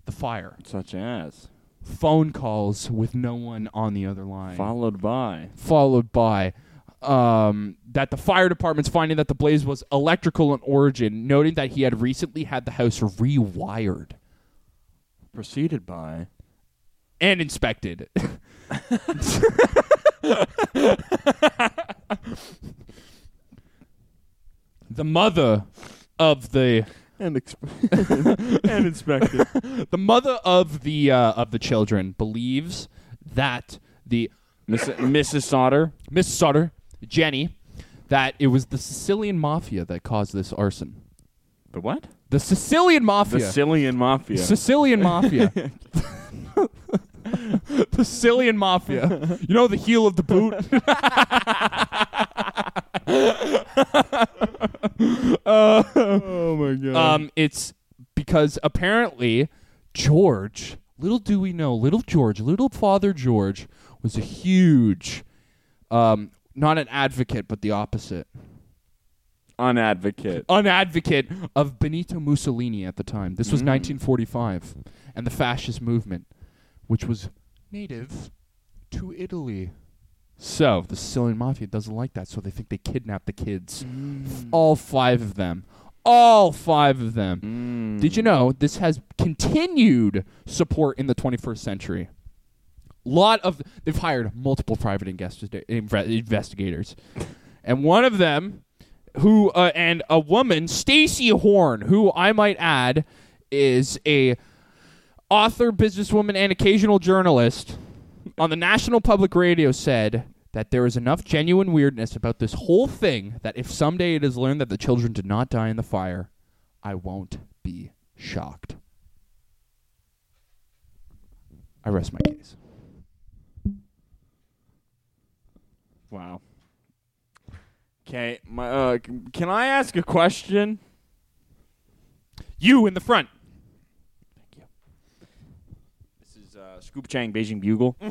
the fire. Such as. Phone calls with no one on the other line. Followed by. followed by um, that the fire department's finding that the blaze was electrical in origin, noting that he had recently had the house rewired Proceeded by. and inspected. [LAUGHS] the mother of the And, [LAUGHS] and inspected. the mother of the uh, of the children believes that the Miss, Mrs. Sauter. Miss Sutter, Jenny, that it was the Sicilian mafia that caused this arson. The what? The Sicilian The mafia. Sicilian mafia. [LAUGHS] Sicilian mafia. [LAUGHS] the Sicilian mafia. You know the heel of the boot. oh my god. um, it's because apparently George, little do we know, little George, little Father George was a huge, um, not an advocate, but the opposite, Unadvocate. an advocate of Benito Mussolini at the time. This was 1945, and the fascist movement, which was native to Italy. So the Sicilian mafia doesn't like that, so they think they kidnapped the kids. All five of them. All five of them. Did you know this has continued support in the 21st century? Lot of they've hired multiple private investi- inve- investigators, and one of them, who uh, and a woman, Stacy Horn, who I might add is a author, businesswoman, and occasional journalist. on the National Public Radio said that there is enough genuine weirdness about this whole thing that if someday it is learned that the children did not die in the fire, I won't be shocked. I rest my case. Wow. Okay, my, uh, c- can I ask a question? You in the front. This is uh, Scoop Chang, Beijing Bugle. [LAUGHS] uh,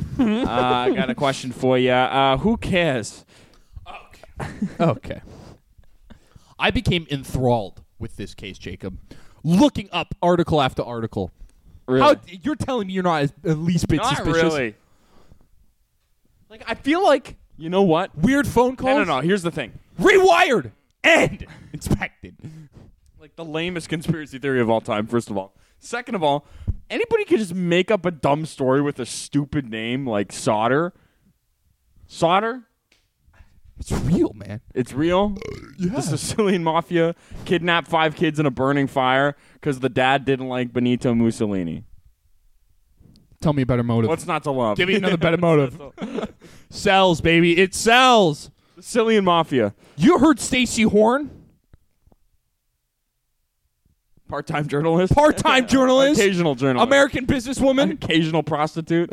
I got a question for you. Uh, who cares? Okay. I became enthralled with this case, Jacob. Looking up article after article. How, you're telling me you're not as, at least bit Not suspicious? really. Like I feel like you know what? Weird phone calls. No, no, no. Here's the thing. Rewired and [LAUGHS] inspected. Like the lamest conspiracy theory of all time. First of all. Second of all, anybody could just make up a dumb story with a stupid name like Solder. Solder. It's real, man. It's real. The Sicilian mafia kidnapped five kids in a burning fire because the dad didn't like Benito Mussolini. Tell me a better motive. What's not to love? Give me [LAUGHS] another better motive. sells, baby. It sells. Sicilian mafia, You heard Stacy Horn, part-time journalist, [LAUGHS] part-time journalist, occasional journalist, American [LAUGHS] businesswoman. [LAUGHS] occasional prostitute. [LAUGHS]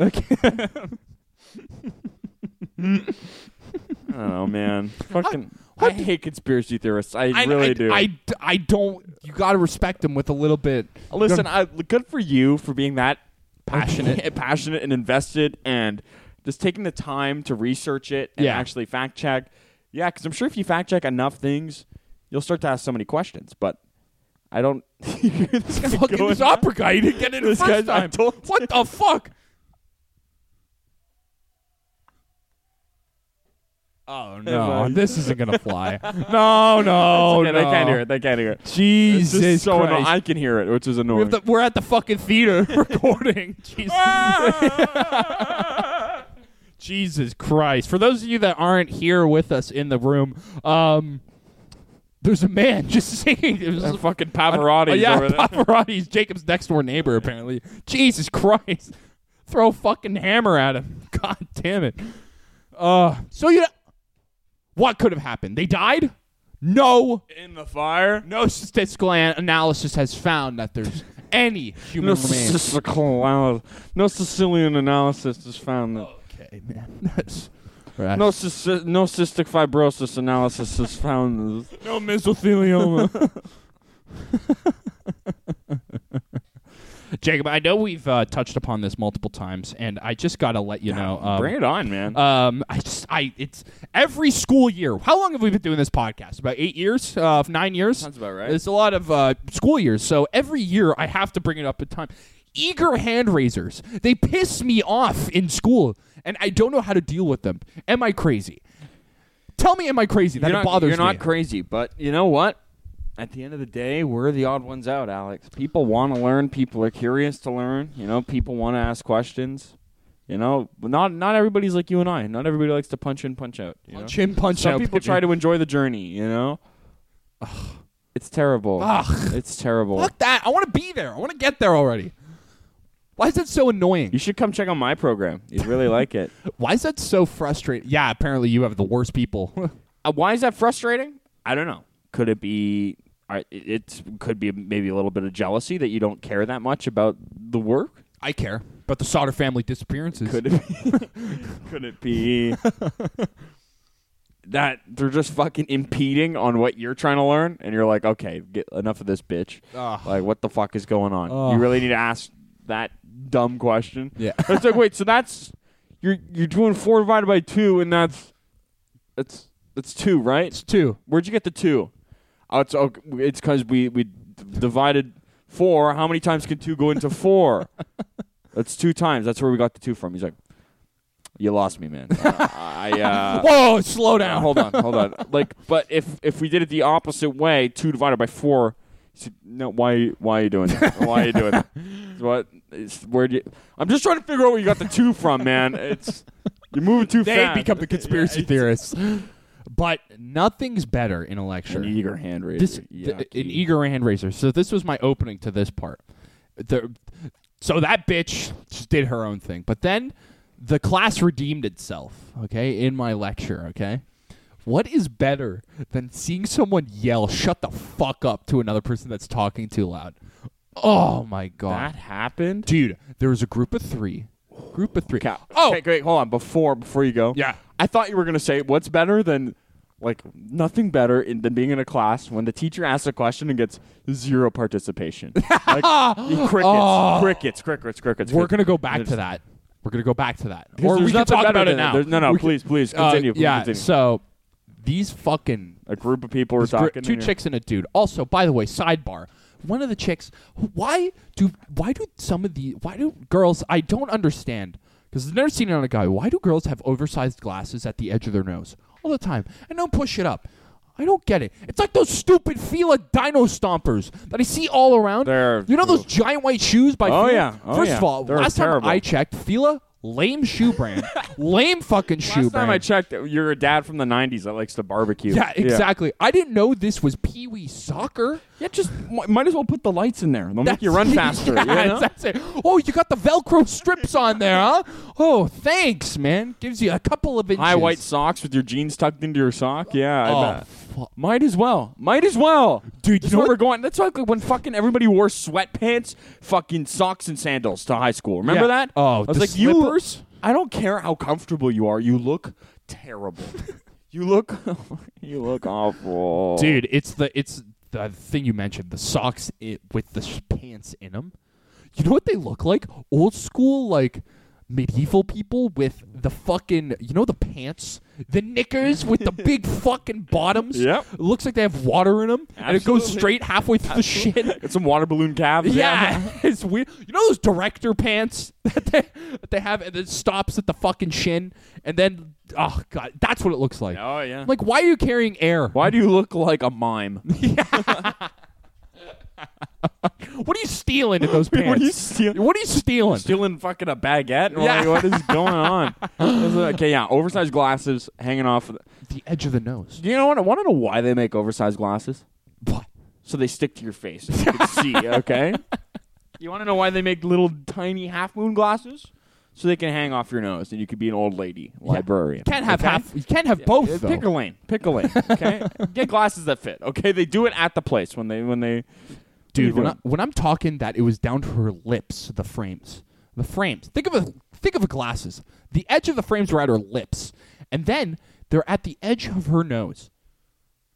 I don't know, man. Fucking, [LAUGHS] I, what the- hate conspiracy theorists. I, I- really I, do. I, I don't. You got to respect them with a little bit. Listen, I, good for you for being that [LAUGHS] Passionate. [LAUGHS] passionate and invested, and just taking the time to research it and Yeah. actually fact check. Yeah, because I'm sure if you fact check enough things, you'll start to ask so many questions. But I don't. [LAUGHS] this guy Fucking going this on. opera guy. He didn't get in the This first guy's- I time. told What the fuck? Oh no! man. this isn't gonna [LAUGHS] fly. No, no, Yeah, Oh, no! they can't hear it. They can't hear it. It's just Jesus so anno- Christ! I can hear it, which is We have annoying. the- we're at the fucking theater [LAUGHS] [LAUGHS] recording. Ah! Jesus. Jesus Christ. For those of you that aren't here with us in the room, um, there's a man [LAUGHS] just singing. It was Uh, a Oh, fucking Pavarotti's yeah, over there. Pavarotti's Jacob's next door neighbor, apparently. Jesus Christ. Throw a fucking hammer at him. [LAUGHS] God damn it. Uh, so, you know, what could have happened? They died? No. [LAUGHS] in the fire. No statistical an- analysis has found that there's [LAUGHS] any human No [LAUGHS] remains. statistical analysis. No Sicilian analysis is found. That. Okay, man. [LAUGHS] That's right. No, cysti- no cystic fibrosis analysis is found. no mesothelioma. [LAUGHS] Jacob, I know we've uh, touched upon this multiple times, and I just got to let you know. Um, Bring it on, man. Um, I just, I, it's every school year. How long have we been doing this podcast? About eight years, uh, nine years. Sounds about right. It's a lot of uh, school years, so every year I have to bring it up at time. Eager hand raisers. They piss me off in school, and I don't know how to deal with them. Am I crazy? Tell me, am I crazy? That you're it not, bothers you're not me. crazy, but you know what? At the end of the day, we're the odd ones out, Alex. People want to learn. People are curious to learn. You know, people want to ask questions. You know, not not everybody's like you and I. Not everybody likes to punch in, punch out. you know? punch in, punch Some out. people baby. try to enjoy the journey. You know, it's terrible. Ugh. It's terrible. Fuck that. I want to be there. I want to get there already. Why is that so annoying? You should come check out my program. You'd really like it. Why is that so frustrating? Yeah, apparently you have the worst people. [LAUGHS] [LAUGHS] Uh, why is that frustrating? I don't know. Could it be? I- It could be maybe a little bit of jealousy that you don't care that much about the work. I care about the Sauter family disappearances. Could it be? [LAUGHS] could [LAUGHS] it be that they're just fucking impeding on what you're trying to learn, and you're like, okay, get enough of this bitch. Ugh. Like, what the fuck is going on? You Ugh. really need to ask that dumb question. Yeah. [LAUGHS] it's like, wait, so that's you're you're doing four divided by two, and that's that's that's two, right? It's two. Where'd you get the two? Oh, it's okay. it's because we we d- divided four. How many times can two go [LAUGHS] into four? That's two times. That's where we got the two from. He's like, you lost me, [LAUGHS] man. Uh, I uh, Whoa, slow uh, down. [LAUGHS] hold on, hold on. Like, but if if we did it the opposite way, two divided by four. he said, No, why why are you doing that? Why are [LAUGHS] you doing that? What? It's, where do you? I'm just trying to figure out where you got the two from, man. It's you're moving too they fast. become the conspiracy theorists. But nothing's better in a lecture. an eager hand raiser. This, th- an Yucky. eager hand raiser. So this was my opening to this part. The- so that bitch just did her own thing. But then the class redeemed itself, okay, in my lecture, okay? What is better than seeing someone yell, shut the fuck up to another person that's talking too loud? Oh my god. That happened. Dude, there was a group of three. Group of three. Oh, okay, great. Hold on. Before before you go, Yeah. I thought you were gonna say what's better than like nothing better in, than being in a class when the teacher asks a question and gets zero [LAUGHS] participation. like crickets, Oh. crickets, crickets, crickets. We're crickets. going to go back to that. We're going to go back to that. Because Or there's we can nothing talk better about it than that. now. There's- No, no, We can- please, please uh, continue. please yeah, continue. so these fucking a group of people were Gr- talking. two and you're- chicks and a dude. Also, by the way, sidebar. One of the chicks. Why do why do some of the why do girls? I don't understand because I've never seen it on a guy. Why do girls have oversized glasses at the edge of their nose all the time and don't push it up? I don't get it. It's like those stupid Fila Dino Stompers that I see all around. They're- you know those giant white shoes by Oh, Fila? yeah. Oh, First yeah. of all, They're last terrible. time I checked, Fila lame shoe [LAUGHS] brand, lame fucking shoe Last brand. time I checked, you're a dad from the '90s that likes to barbecue. yeah, exactly. I didn't know this was Pee Wee soccer. Yeah, just m- might as well put the lights in there. They'll make That's- [LAUGHS] you [LAUGHS] run faster. Yeah, you know? that's it. Oh, you got the Velcro strips on there, huh? Oh, thanks, man. Gives you a couple of inches. High white socks with your jeans tucked into your sock. Yeah, I Oh, bet. fu- Might as well. Might as well. Dude, you That's know where what- we're going. That's like when fucking everybody wore sweatpants, fucking socks and sandals to high school. Remember Yeah. that? Oh, I was the like slippers? you. I don't care how comfortable you are. You look terrible. you look. [LAUGHS] you look awful, dude, it's the it's the thing you mentioned, the socks i with the sh- pants in them. You know what they look like? Old school, like medieval people with the fucking, you know, the pants, the knickers with the [LAUGHS] big fucking bottoms. Yep. It looks like they have water in them, and it goes Absolutely. straight halfway through the shit. Got some water balloon [LAUGHS] calves. Yeah, it's weird. You know those director pants [LAUGHS] that they, that they have, and it stops at the fucking shin, and then oh god, that's what it looks like. Oh yeah. I'm like, why are you carrying air? Why do you look like a mime? What are you stealing in those pants? [LAUGHS] What are you stealing? What are you stealing? stealing fucking a baguette? Yeah. Like, what is going on? [LAUGHS] This is- okay, yeah, oversized glasses hanging off. of the- the edge of the nose. Do you know what? I want to know why they make oversized glasses. What? So they stick to your face. So you can see, okay? [LAUGHS] You want to know why they make little tiny half moon glasses? So they can hang off your nose, and you could be an old lady librarian. Can't have okay? half. You can't have both. Uh, though. Pick a lane. Pick a lane. [LAUGHS] Okay, get glasses that fit. Okay, they do it at the place when they when they. dude. What When, are I, you when I'm talking, that it was down to her lips. The frames, the frames. Think of a think of a glasses. The edge of the frames were at her lips, and then they're at the edge of her nose.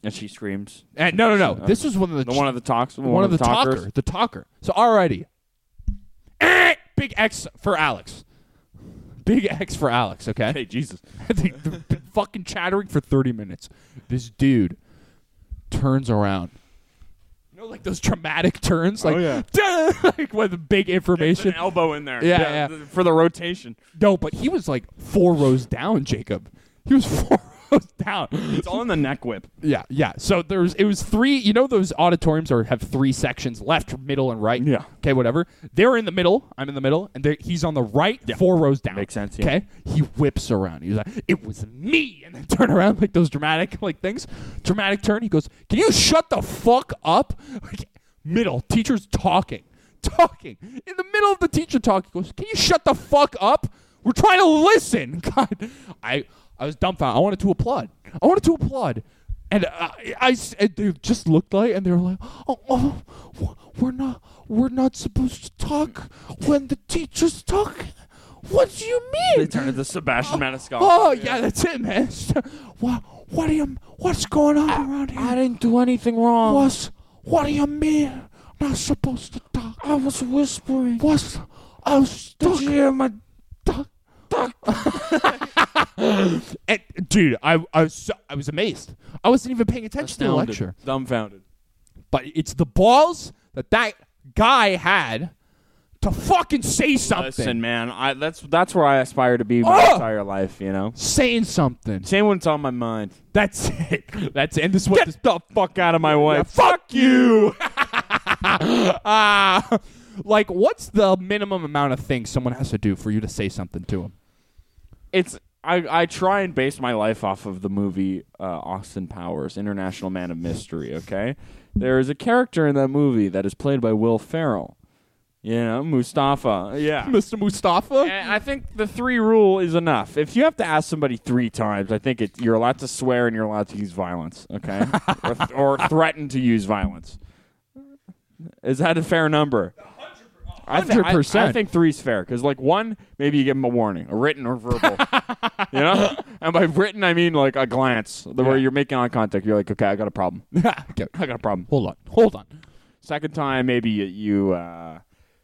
And she screams. uh, And Eh, no, no, no. This was one of the, The ch- one of the talks. one, of the, talkers. talker, the talker. So already, Eh, big X for Alex. Big X for Alex. Okay. [LAUGHS] Hey Jesus. They've been fucking chattering for 30 minutes. This dude turns around. You know, like those dramatic turns, like, [LAUGHS] like with big information. an elbow in there. Yeah, yeah. th- For the rotation. No, but he was like four rows down, Jacob. He was [LAUGHS] four rows down. It's all in the neck whip. Yeah, yeah. So there's it was three. You know those auditoriums are have three sections: left, middle, and right. Yeah. Okay, whatever. They're in the middle. I'm in the middle, and they're- he's on the right, four rows down. Makes sense, yeah. Okay. He whips around. He's like, "It was me," and then turn around like those dramatic like things. Dramatic turn. He goes, "Can you shut the fuck up?" Like, middle teacher's talking, talking in the middle of the teacher talking. Goes, "Can you shut the fuck up?" We're trying to listen. [LAUGHS] God, I I was dumbfounded. I wanted to applaud. I wanted to applaud. And I, I s- and they just looked like, and they were like, "Oh, oh, w- we're not, we're not supposed to talk when the teacher's talking. What do you mean?" They turn into Sebastian [LAUGHS] Maniscalco. Oh yeah, that's it, man. [LAUGHS] What, what do you, what's going on around here? I didn't do anything wrong. What's, what do you mean? Not supposed to talk. I was whispering. What's, I was Did you hear my? talk, [LAUGHS] And, dude, I, I was, so, I was amazed. I wasn't even paying attention to the lecture. Dumbfounded. but it's the balls that that guy had to fucking say something, Listen, man. I that's that's where I aspire to be my Oh! entire life. You know. saying something. Same one's on my mind. That's it. That's it. And this is what this the fuck out of my way. Yeah, fuck you. [LAUGHS] Ah, like, what's the minimum amount of things someone has to do for you to say something to him? It's. I, I try and base my life off of the movie uh, Austin Powers, International Man of Mystery. Okay, there is a character in that movie that is played by Will Ferrell. You know, Mustafa. Yeah. Mr. [LAUGHS] Mustafa. And I think the three rule is enough. If you have to ask somebody three times, I think it, you're allowed to swear and you're allowed to use violence, okay? or, th- or threaten to use violence. Is that a fair number? I thi- I- I, 100%. think three's fair because, like, one, maybe you give them a warning, a written or verbal. you know? And by written, I mean, like, a glance the- where you're making eye contact. You're like, okay, I got a problem. [LAUGHS] Okay, I got a problem. Hold on. Hold on. Second time, maybe you you, uh,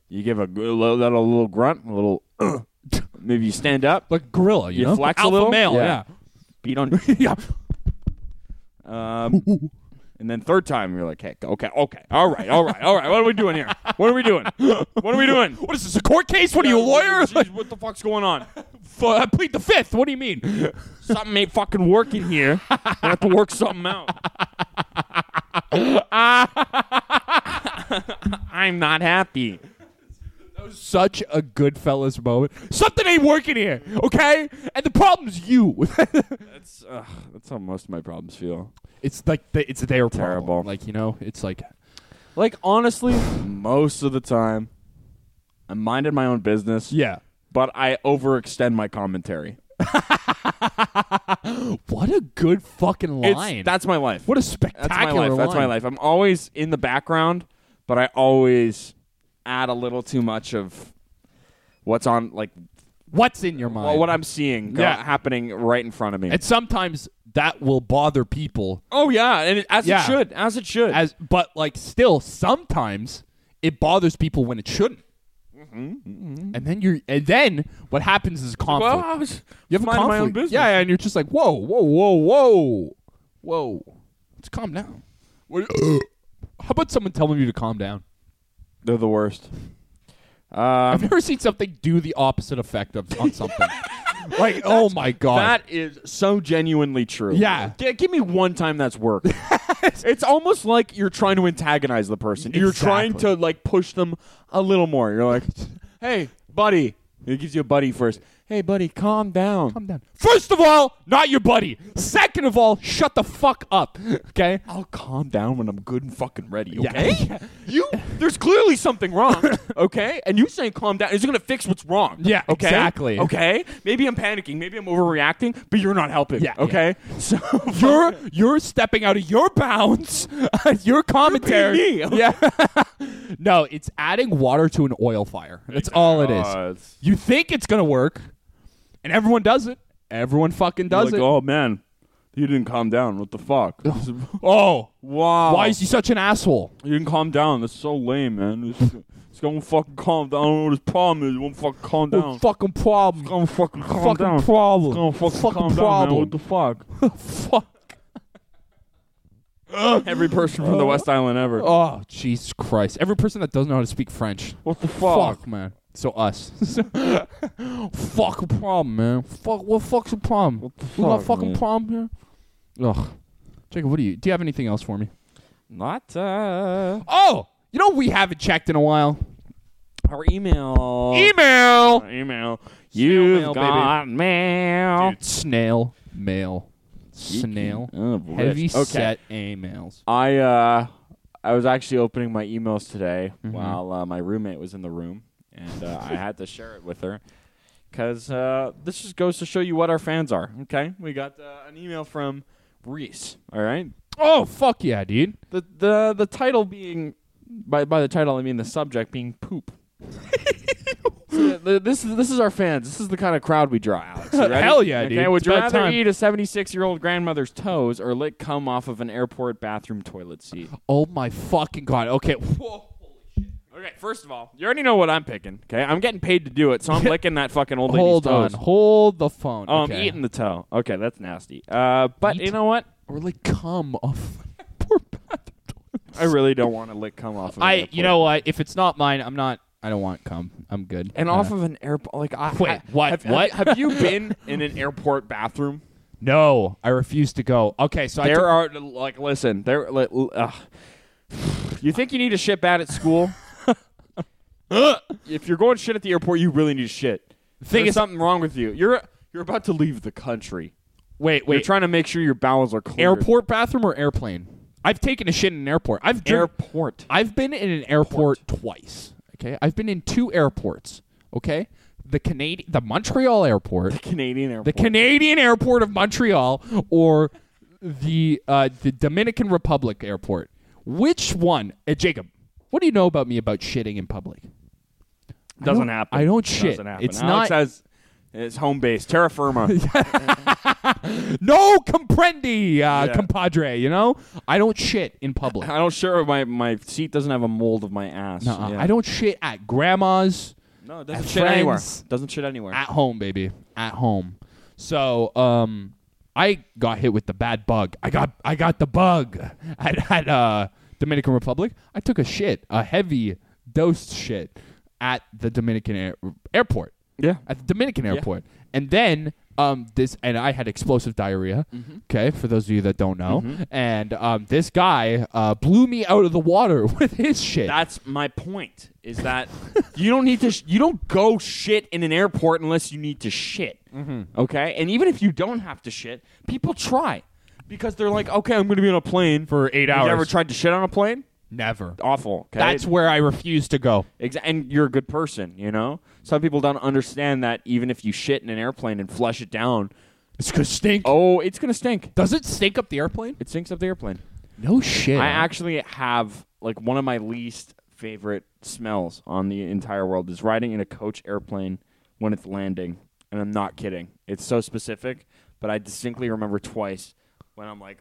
you give a, g- little, little little grunt, a little. [CLEARS THROAT] maybe you stand up, Like gorilla, you, You know? flex a Alpha little? male, yeah. Yeah. beat on, [LAUGHS] Yeah. um, and then third time you're like, hey, okay, okay, all right, all right, all right. What are we doing here? What are we doing? [LAUGHS] What are we doing? What is this, a court case? What are you, a [LAUGHS] lawyer? Jeez, what the fuck's going on? F- I plead the fifth. What do you mean? [LAUGHS] Something ain't fucking working here. I have to work something out. I'm not happy. Such a good fellas moment. Something ain't working here, okay? And the problem's you. [LAUGHS] That's uh, that's how most of my problems feel. it's like the, it's their problem. Terrible. Like you know, it's like Like honestly, most of the time, I minded my own business. yeah. but I overextend my commentary. What a good fucking It's- line. that's my life. what a that's spectacular my life. That's my line. life. I'm always in the background, but I always add a little too much of what's on, like What's in your mind? well, what I'm seeing go- Yeah. happening right in front of me. and sometimes that will bother people. oh yeah, and it, as Yeah. it should, as it should. As but like still sometimes it bothers people when it shouldn't. And then you're and then what happens is conflict. Mm-hmm, well, I was You have a minding conflict. my own business. Yeah, yeah, and you're just like, whoa, whoa, whoa, whoa, whoa. Let's calm down. What- [GASPS] How about someone telling you to calm down? they're the [LAUGHS] worst. I've Um, never seen something do the opposite effect of on [LAUGHS] something. like, oh my god, that is so genuinely true. Yeah. G- give me one time that's worked. it's almost like you're trying to antagonize the person. You're trying Exactly. to like push them a little more. You're [LAUGHS] like, hey, buddy. It gives you a buddy first. Hey, buddy, calm down. calm down. First of all, not your buddy. Second of all, shut the fuck up. [LAUGHS] Okay. I'll calm down when I'm good and fucking ready. Yeah. [LAUGHS] Okay. [LAUGHS] You. There's clearly something wrong. Okay. And you saying calm down isn't gonna fix what's wrong. Yeah, Okay. exactly. Okay. Maybe I'm panicking. Maybe I'm overreacting. But you're not helping. Yeah, Okay. [LAUGHS] [LAUGHS] So You're you're stepping out of your bounds. [LAUGHS] your commentary. You're being [LAUGHS] me. Yeah. no, it's adding water to an oil fire. That's all it is. You think it's gonna work, and everyone does it. Everyone fucking does it. oh man, you didn't calm down. What the fuck? Oh, wow. why is he such an asshole? you didn't calm down? That's so lame, man. It's, it's gonna fucking calm down. I don't know what his problem is. It won't fucking calm Oh, down. fucking problem. gonna fucking calm fucking down. problem. It's gonna fucking, calm problem. down, man. [LAUGHS] What Fuck. the fuck? Every person from the West Island ever. Oh, Jesus Christ! Every person that doesn't know how to speak French. What the Fuck, fuck? man. So us. [LAUGHS] fuck a problem, man. Fuck what fuck's a problem? the we got a fuck, fucking man? problem here. Ugh. Jacob, what do you do you have anything else for me? Not uh, Oh! You know we haven't checked in a while. our Oh. email. Email Email. You've mail, baby. got mail. Dude, Oh. snail mail. Snail. Oh, boy. Heavy Okay. set emails. I uh, I was actually opening my emails today Mm-hmm. while uh, my roommate was in the room, and uh, I had to share it with her because uh, this just goes to show you what our fans are. Okay, we got uh, an email from Reese. All right, Oh fuck yeah, dude. the the the title being by by the title I mean the subject being [LAUGHS] poop. So th- this is this is our fans. This is the kind of crowd we draw, Alex. You ready? Hell yeah, okay, dude. Would It's you about rather time. eat a seventy-six-year-old grandmother's toes or lick cum off of an airport bathroom toilet seat? Oh my fucking god. Okay. Whoa. Okay, first of all, you already know what I'm picking. Okay, I'm getting paid to do it, [LAUGHS] so I'm licking that fucking old lady's Hold on. toes. Hold the phone. Oh, okay. I'm eating the toe. Okay, that's nasty. Uh, but Eat? you know what? or like cum off [LAUGHS] poor bathroom. I really don't want to lick cum off. Of an I airport. you know what? If it's not mine, I'm not. I don't want cum. I'm good. and Uh, off of an airport. Like, I, Wait, I- what? Have, What? Have, [LAUGHS] have you been in an airport bathroom? no, I refuse to go. Okay, so I There took- are like, listen, there. Like, uh, you think you need a shit bad [LAUGHS] at school? if you're going shit at the airport, you really need to shit. Thing There's is- something wrong with you. You're you're about to leave the country. wait, You're wait. trying to make sure your bowels are clear. airport bathroom or airplane? I've taken a shit in an airport. I've driven- Airport. I've been in an airport twice. Okay, I've been in two airports. Okay, the Canadian, the Montreal airport, Canadian airport. the Canadian airport of Montreal, or the uh, the Dominican Republic airport. Which one, uh, Jacob? What do you know about me about shitting in public? doesn't I don't- happen. I don't shit. Doesn't happen. It's Alex not- has it's home base, [LAUGHS] terra firma. No comprendi, uh, Yeah. compadre. You know, I don't shit in public. I don't share my my seat doesn't have a mold of my ass. Nuh-uh. Yeah. I don't shit at grandma's. No, it doesn't At shit anywhere. friends. Doesn't shit anywhere. at home, baby, at home. So, um, I got hit with the bad bug. I got I got the bug [LAUGHS] at, at uh, Dominican Republic. I took a shit, a heavy dose shit at the Dominican air- airport. Yeah. at the Dominican airport, and then. Um, this and I had explosive diarrhea. Okay, for those of you that don't know, and um, this guy uh, blew me out of the water [LAUGHS] with his shit. That's my point. Is [LAUGHS] that you don't need to sh- you don't go shit in an airport unless you need to shit. Mm-hmm. Okay, and even if you don't have to shit, people try because they're like, okay, I'm going to be on a plane For eight Have hours. You ever tried to shit on a plane? Never. Awful. Okay? That's where I refuse to go. Exa- and you're a good person, you know? Some people don't understand that even if you shit in an airplane and flush it down, It's gonna stink. oh, it's going to stink. Does it stink up the airplane? It stinks up the airplane. No shit. I actually have like one of my least favorite smells on the entire world is riding in a coach airplane when it's landing. And I'm not kidding. It's so specific, but I distinctly remember twice when I'm like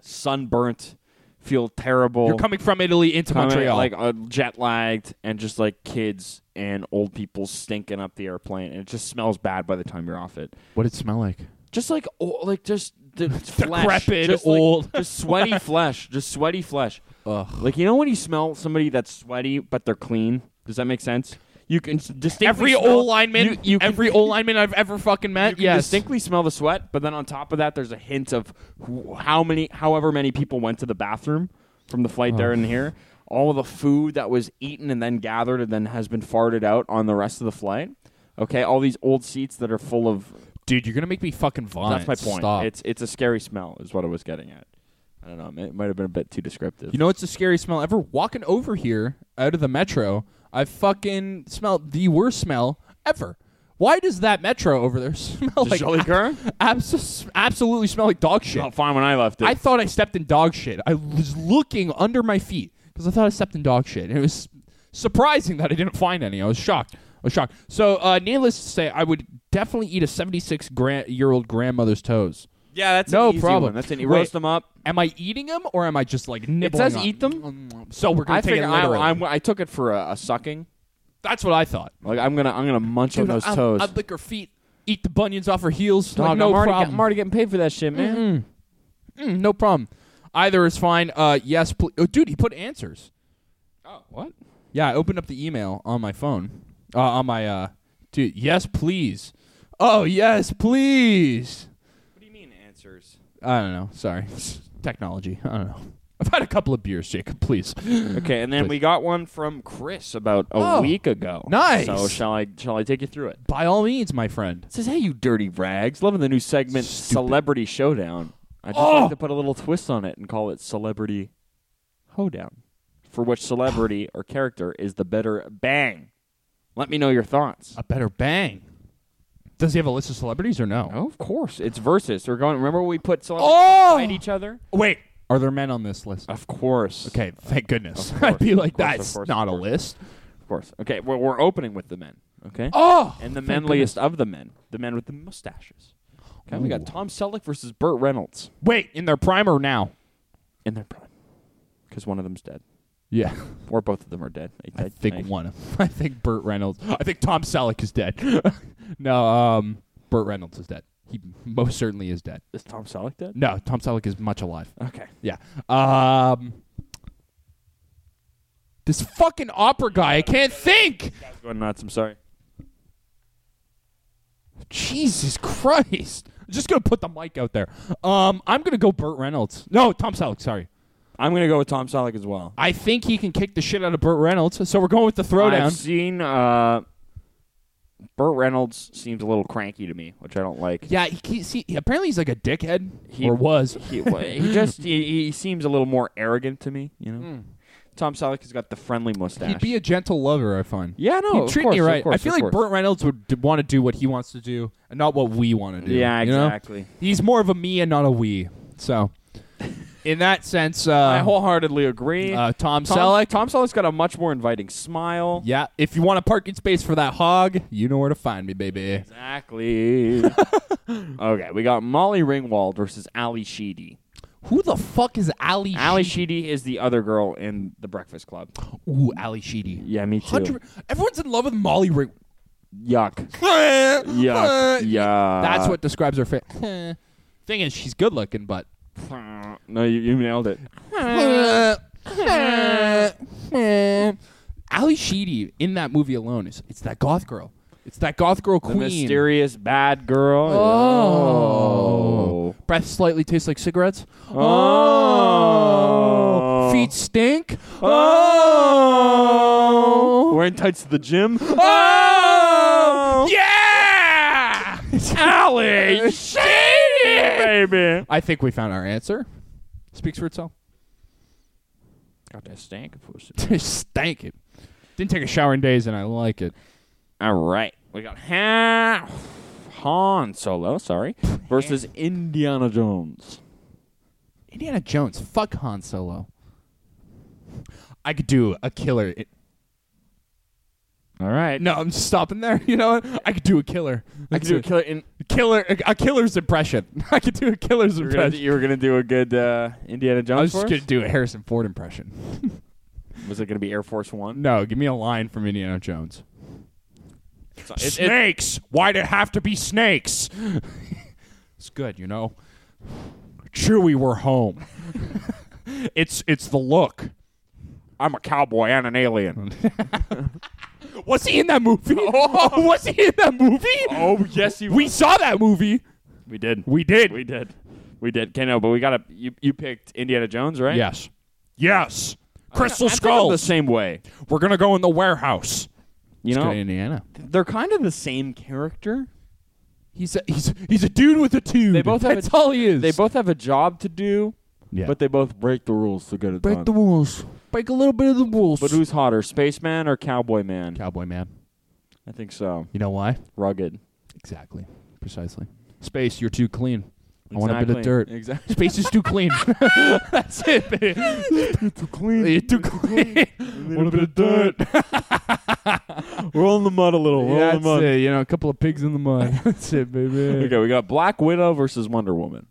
sunburnt, feel terrible. You're coming from Italy into Kinda Montreal. like uh, jet lagged, and just like kids and old people stinking up the airplane, and it just smells bad by the time you're off it. what did it smell like? Just like o- like just [LAUGHS] the flesh, Decrepit, just, like, old. just [LAUGHS] sweaty flesh, just sweaty flesh. Ugh. Like you know when you smell somebody that's sweaty but they're clean. Does that make sense? You can s- distinctly Every smell, O lineman, You, you can- [LAUGHS] every O lineman I've ever fucking you met. can Yes. distinctly smell the sweat, but then on top of that, there's a hint of wh- how many, however many people went to the bathroom from the flight there and here. All of the food that was eaten and then gathered and then has been farted out on the rest of the flight. Okay, all these old seats that are full of. Dude, you're gonna make me fucking vomit. that's my point. Stop. It's it's a scary smell, is what I was getting at. I don't know. ma- It might have been a bit too descriptive. [LAUGHS] you know it's a scary smell ever. Walking over here out of the metro, I fucking smelled the worst smell ever. Why does that metro over there [LAUGHS] smell Does like Jolly [LAUGHS] Curran? abso- absolutely smell like dog shit? Smelled fine when I left it. I thought I stepped in dog shit. I was looking under my feet because I thought I stepped in dog shit. And it was surprising that I didn't find any. I was shocked. I was shocked. So, uh, needless to say, I would definitely eat a 76 grand- year old grandmother's toes. yeah, that's no an easy problem. One. That's an, you Wait. roast them up. Mm, Am I eating them or am I just like nibbling? says on- Oh, eat them? So we're gonna I take it figure I, literally. I'm- I took it for a, a sucking. That's what I thought. Like I'm gonna I'm gonna munch on those I'd, toes. I'd lick her feet, eat the bunions off her heels. Dog, like, no I'm, already problem. I'm already getting paid for that shit, man. Mm, no problem. Either is fine. Uh, yes, please. Oh, dude, he put answers. Oh, what? Yeah, I opened up the email on my phone. Uh, on my uh dude, yes, please. Oh, yes, please. What do you mean answers? I don't know. Sorry. [LAUGHS] Technology. I don't know. I've had a couple of beers, Jacob, [LAUGHS] please. Okay, and then we got one from Chris about a Oh, week ago. nice. So shall I shall I take you through it? By all means, my friend. It says, "Hey, you dirty rags! Loving the new segment, Celebrity Showdown. I just Oh! like to put a little twist on it and call it Celebrity Hoedown, for which [SIGHS] celebrity or character is the better bang? Let me know your thoughts. A better bang. Does he have a list of celebrities or no? Oh, of course, it's versus. We're going. Remember, we put celebrities Oh! fight each other. Wait. Are there men on this list? Of course. Okay, thank goodness. Uh, Of course, [LAUGHS] I'd be of like, course, of that's course, not of a course." list. Of course. Okay. Well, we're opening with the men. Okay. Oh, and the thank manliest of the men, the men with the mustaches. Okay. We Ooh. got Tom Selleck versus Burt Reynolds goodness. Wait, in their prime or now? in their prime, because one of them's dead, Yeah. or both of them are dead. I think one. [LAUGHS] of- I think Burt Reynolds. I think Tom Selleck is dead. [LAUGHS] no, um, Burt Reynolds is dead. He most certainly is dead. Is Tom Selleck dead? No, Tom Selleck is much alive. Okay. Yeah. Um, this fucking opera guy. I can't think. Guys going nuts. I'm sorry. Jesus Christ. I'm just gonna put the mic out there. Um, I'm gonna go Burt Reynolds. No, Tom Selleck. Sorry. I'm gonna go with Tom Selleck as well. I think he can kick the shit out of Burt Reynolds. So we're going with the throwdown. I've seen. Uh, Burt Reynolds seems a little cranky to me, which I don't like. yeah. He, he, see, apparently he's like a dickhead, He- or was. [LAUGHS] Hmm. he, wa- he just he, he seems a little more arrogant to me. You know, Tom Selleck has got the friendly mustache. He'd be a gentle lover, I find. yeah, no, He'd of treat course, me of right. course, I feel of like course. Burt Reynolds would d- want to do what he wants to do and not what we want to do. Yeah, you know? exactly. He's more of a me and not a we. [LAUGHS] So, in that sense, uh, I wholeheartedly agree. uh, Tom, Tom Selleck. Tom Selleck's got a much more inviting smile. Yeah, if you want a parking space for that hog, you know where to find me, baby. Exactly. [LAUGHS] okay, we got Molly Ringwald versus Ali Sheedy. Who the fuck is Ali? Ali [LAUGHS] Sheedy? Sheedy is the other girl in The Breakfast Club. Ooh, Ali Sheedy. Yeah, me too. 100 Everyone's in love with Molly Ring. [LAUGHS] Yuck. Yuck. Yuck. Yeah. That's what describes her face. [LAUGHS] Thing is, she's good looking, but No, you, you nailed it. [LAUGHS] Ali Sheedy in that movie alone is it's that goth girl. It's that goth girl The queen. mysterious bad girl. Oh. Breath slightly tastes like cigarettes. Oh. Feet stink. Oh. Oh. Wearing tights to the gym. Oh. [LAUGHS] Yeah. Ali Sheedy, baby. I think we found our answer. Speaks for itself. [LAUGHS] Got that stank of pussy. Stank it. Didn't take a shower in days, and I like it. All right. We got Han, Han Solo, sorry, versus [LAUGHS] Indiana Jones. Indiana Jones. Fuck Han Solo. I could do a killer. It- All right. no, I'm stopping there. [LAUGHS] You know what? I could do a killer. I could do a killer. In- killer. A, a killer's impression. [LAUGHS] I could do a killer's you, were gonna, impression. you were gonna do a good uh, Indiana Jones. I was just for gonna us? do a Harrison Ford impression. Was it gonna be Air Force One? No, give me a line from Indiana Jones. It- it- snakes. Why'd it have to be snakes? [LAUGHS] it's good, you know. Chewy, we're home. [LAUGHS] it's it's the look. I'm a cowboy and an alien. Was he in that [LAUGHS] movie? [LAUGHS] Was he in that movie? oh yes, you. We saw that movie. we did. We did. [LAUGHS] We did. We did. Kano, but we gotta. You you picked Indiana Jones, right? Yes. Yes. Crystal I think I'm the same way. We're gonna go in the warehouse. You Let's know, go to Indiana. they're kind of the same character. He's a, he's he's a dude with a tube. They both have That's a- all he is. They both have a job to do, Yeah. but they both break the rules to get it done. rules. Break a little bit of the rules. But who's hotter, Spaceman or Cowboy Man? Cowboy man. I think so. You know why? Rugged. Exactly. Precisely. Space, you're too clean. I want a bit of dirt. Exactly. [LAUGHS] Space is too clean. [LAUGHS] That's it. man. Too clean. You're too [LAUGHS] clean. want a bit of dirt. Roll in the mud a little. [LAUGHS] Roll in the That's mud. it. You know, a couple of pigs in the mud. [LAUGHS] That's it, baby. Okay, we got Black Widow versus Wonder Woman.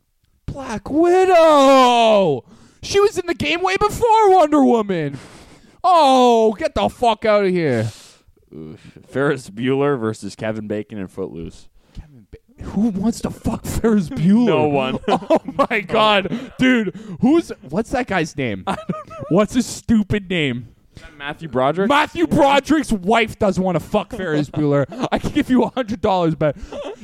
Black Widow. She was in the game way before Wonder Woman. Oh, get the fuck out of here. Ferris Bueller versus Kevin Bacon and Footloose. Who wants to fuck [LAUGHS] Ferris Bueller? No one. [LAUGHS] Oh my god, dude. Who's what's that guy's name? What's his stupid name? Matthew Broderick. Matthew Broderick's wife doesn't want to fuck Ferris [LAUGHS] Bueller. I can give you a hundred dollars, but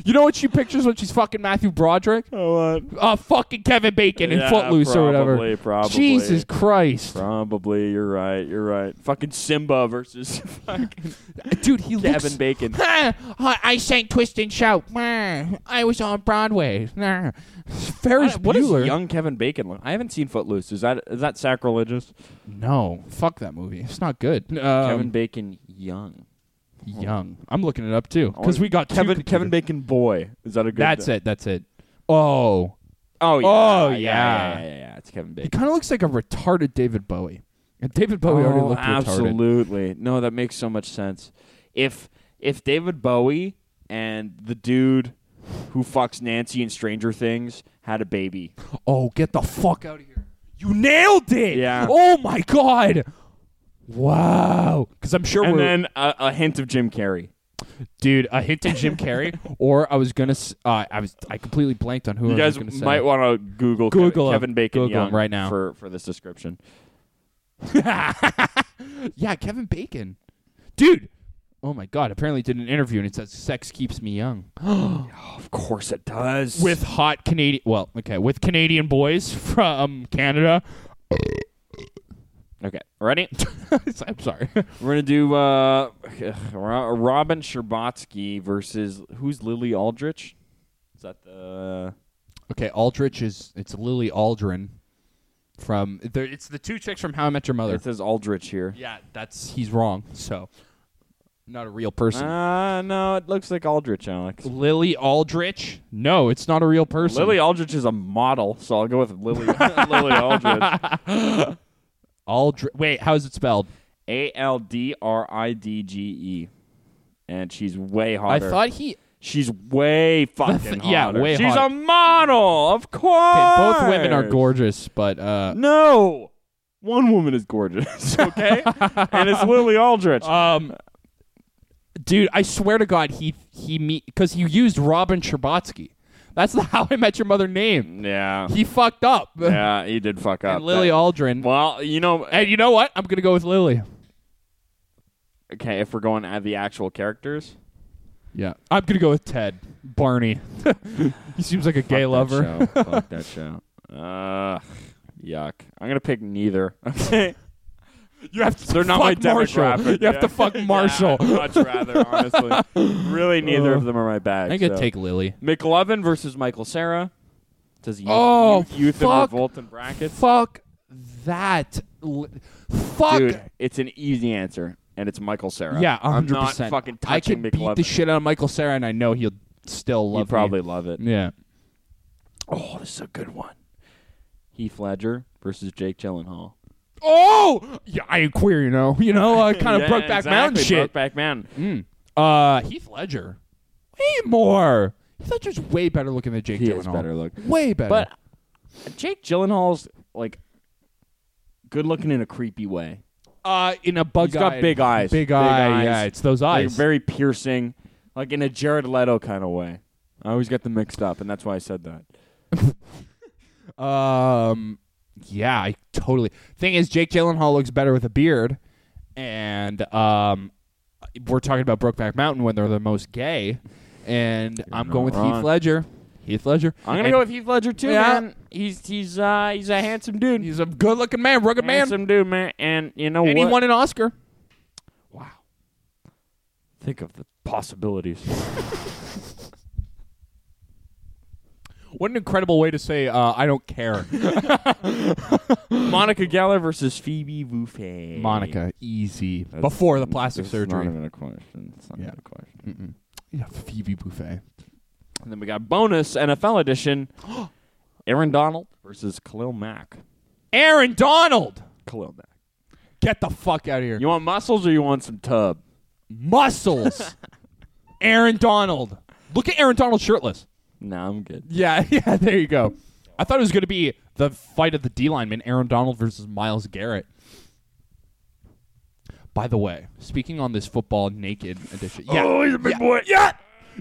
you know what she pictures when she's fucking Matthew Broderick? oh, Uh, fucking Kevin Bacon in Yeah, Footloose or probably, whatever. probably. Jesus Christ, Probably. You're right. You're right. Fucking Simba versus [LAUGHS] fucking dude, he Kevin looks. [LAUGHS] Bacon. Ah, I sang Twist and Shout. Ah, I was on Broadway. Ah. Ferris What is Bueller. young Kevin Bacon look? I haven't seen Footloose. Is that is that sacrilegious? No, fuck that movie. It's not good. Um, Kevin Bacon young. Young. I'm looking it up too because we got two Kevin computer- Kevin Bacon boy. Is that a good? That's it. That's it. Oh, Oh yeah. Oh, yeah. Yeah, yeah. yeah, yeah, yeah. It's Kevin he Bacon. kind of looks like a retarded David Bowie. And David Bowie already Oh, looked retarded. absolutely. No, that makes so much sense. If if David Bowie and the dude who fucks Nancy in Stranger Things had [LAUGHS] a baby, Oh, get the fuck out of here! You nailed it. Yeah. Oh my god. Wow. Because I'm sure and we're then a, a hint of Jim Carrey. dude a hint to Jim Carrey, [LAUGHS] or I was gonna s- uh, I was I completely blanked on who You I was guys gonna say. might want to Google, Google him. Kevin, Kevin Bacon Google him young right now. for for this description. yeah, Kevin Bacon, dude. Oh my god! Apparently did an interview and it says sex keeps me young. Of course it does. with hot Canadian. Well, okay, with Canadian boys [LAUGHS] from Canada. [LAUGHS] okay, ready? I'm sorry. [LAUGHS] We're gonna do uh, [SIGHS] Ro- Robin Scherbatsky versus who's Lily Aldrich? Is that the Okay, Aldrich is it's Lily Aldrin. from there, it's the two chicks from How I Met Your Mother. It says Aldrich here. yeah, that's Ah. he's wrong. So not a real person. Uh, no, it looks like Aldrich, Alex. Lily Aldrich? No, it's not a real person. Lily Aldrich is a model, so I'll go with Lily [LAUGHS] [LAUGHS] Lily Aldrich. Aldrich. Wait, how is it spelled? A L D R I D G E, and she's way hotter. I thought he. she's way [LAUGHS] fucking yeah, hotter. way she's hotter. a model, of course. Okay, both women are gorgeous, but uh, No, one woman is [LAUGHS] gorgeous, okay, and it's Lily Aldrich. um, dude, I swear to God, he he meet because you used Robin Sherbatsky. That's [LAUGHS] the How I Met Your Mother name. yeah, He fucked up. [LAUGHS] yeah, he did fuck up. and Lily That- Aldrin. Well, you know, and you know what? I'm gonna go with Lily. okay, if we're going at the actual characters, Yeah, I'm gonna go with Ted Barney. [LAUGHS] he seems like a gay lover. Show. Fuck that show. Uh, yuck. I'm gonna pick neither. [LAUGHS] Okay. You have to They're not my fuck Marshall. demographic. You have yeah. to fuck Marshall. Yeah, I'd much rather, honestly. [LAUGHS] really, neither of them are my bag. I could so. take Lily. McLovin versus Michael Sarah. Does youth, Oh, youth, youth and fuck. revolt in brackets? Fuck that. L- Fuck. Dude, it's an easy answer, and it's Michael Sarah. yeah, 100%. I'm not fucking I touching could beat McLovin. the shit out of Michael Sarah, and I know he'll still love He'd me. probably love it. Yeah. Oh, this is a good one. Heath Ledger versus Jake Gyllenhaal. Oh! Yeah, I ain't queer, you know. You know, I [LAUGHS] kind of broke back mountain shit. Brokeback Mountain. Uh, Heath Ledger. Way more. Heath Ledger's way better looking than Jake He Gyllenhaal. is better look. Way better. But Jake Gyllenhaal's like good looking in a creepy way. uh, in a bug He's got big eyes. Big, eye, yeah. It's those Like, eyes. very piercing, like in a Jared Leto kind of way. I always get them mixed up, and that's why I said that. Um, yeah, I totally. Thing is, Jake Gyllenhaal looks better with a beard, and um, we're talking about Brokeback Mountain when they're the most gay, and I'm not going with wrong. Heath Ledger. Heath Ledger. I'm gonna And go with Heath Ledger too, Yeah. man. He's he's uh he's a handsome dude. He's a good-looking man, rugged man, handsome dude, man. And you know and he what? won an Oscar. Wow. Think of the possibilities. What an incredible way to say uh, I don't [LAUGHS] care, [LAUGHS] Monica Geller versus Phoebe Buffay. Monica. Easy That's- before the plastic This is surgery. Not even a question. It's not Yeah. even a question. yeah, Phoebe Buffet. And then we got bonus [GASPS] NFL edition. Aaron Donald versus Khalil Mack. Aaron Donald, Khalil Mack. get the fuck out of here. You want muscles or you want some tub? [LAUGHS] muscles. Aaron Donald. Look at Aaron Donald shirtless. No, I'm good. Yeah, [LAUGHS] yeah, there you go. I thought it was going to be the fight of the D lineman, Aaron Donald versus Miles Garrett. By the way, speaking on this football naked edition. Yeah. Oh, he's a big boy. yeah.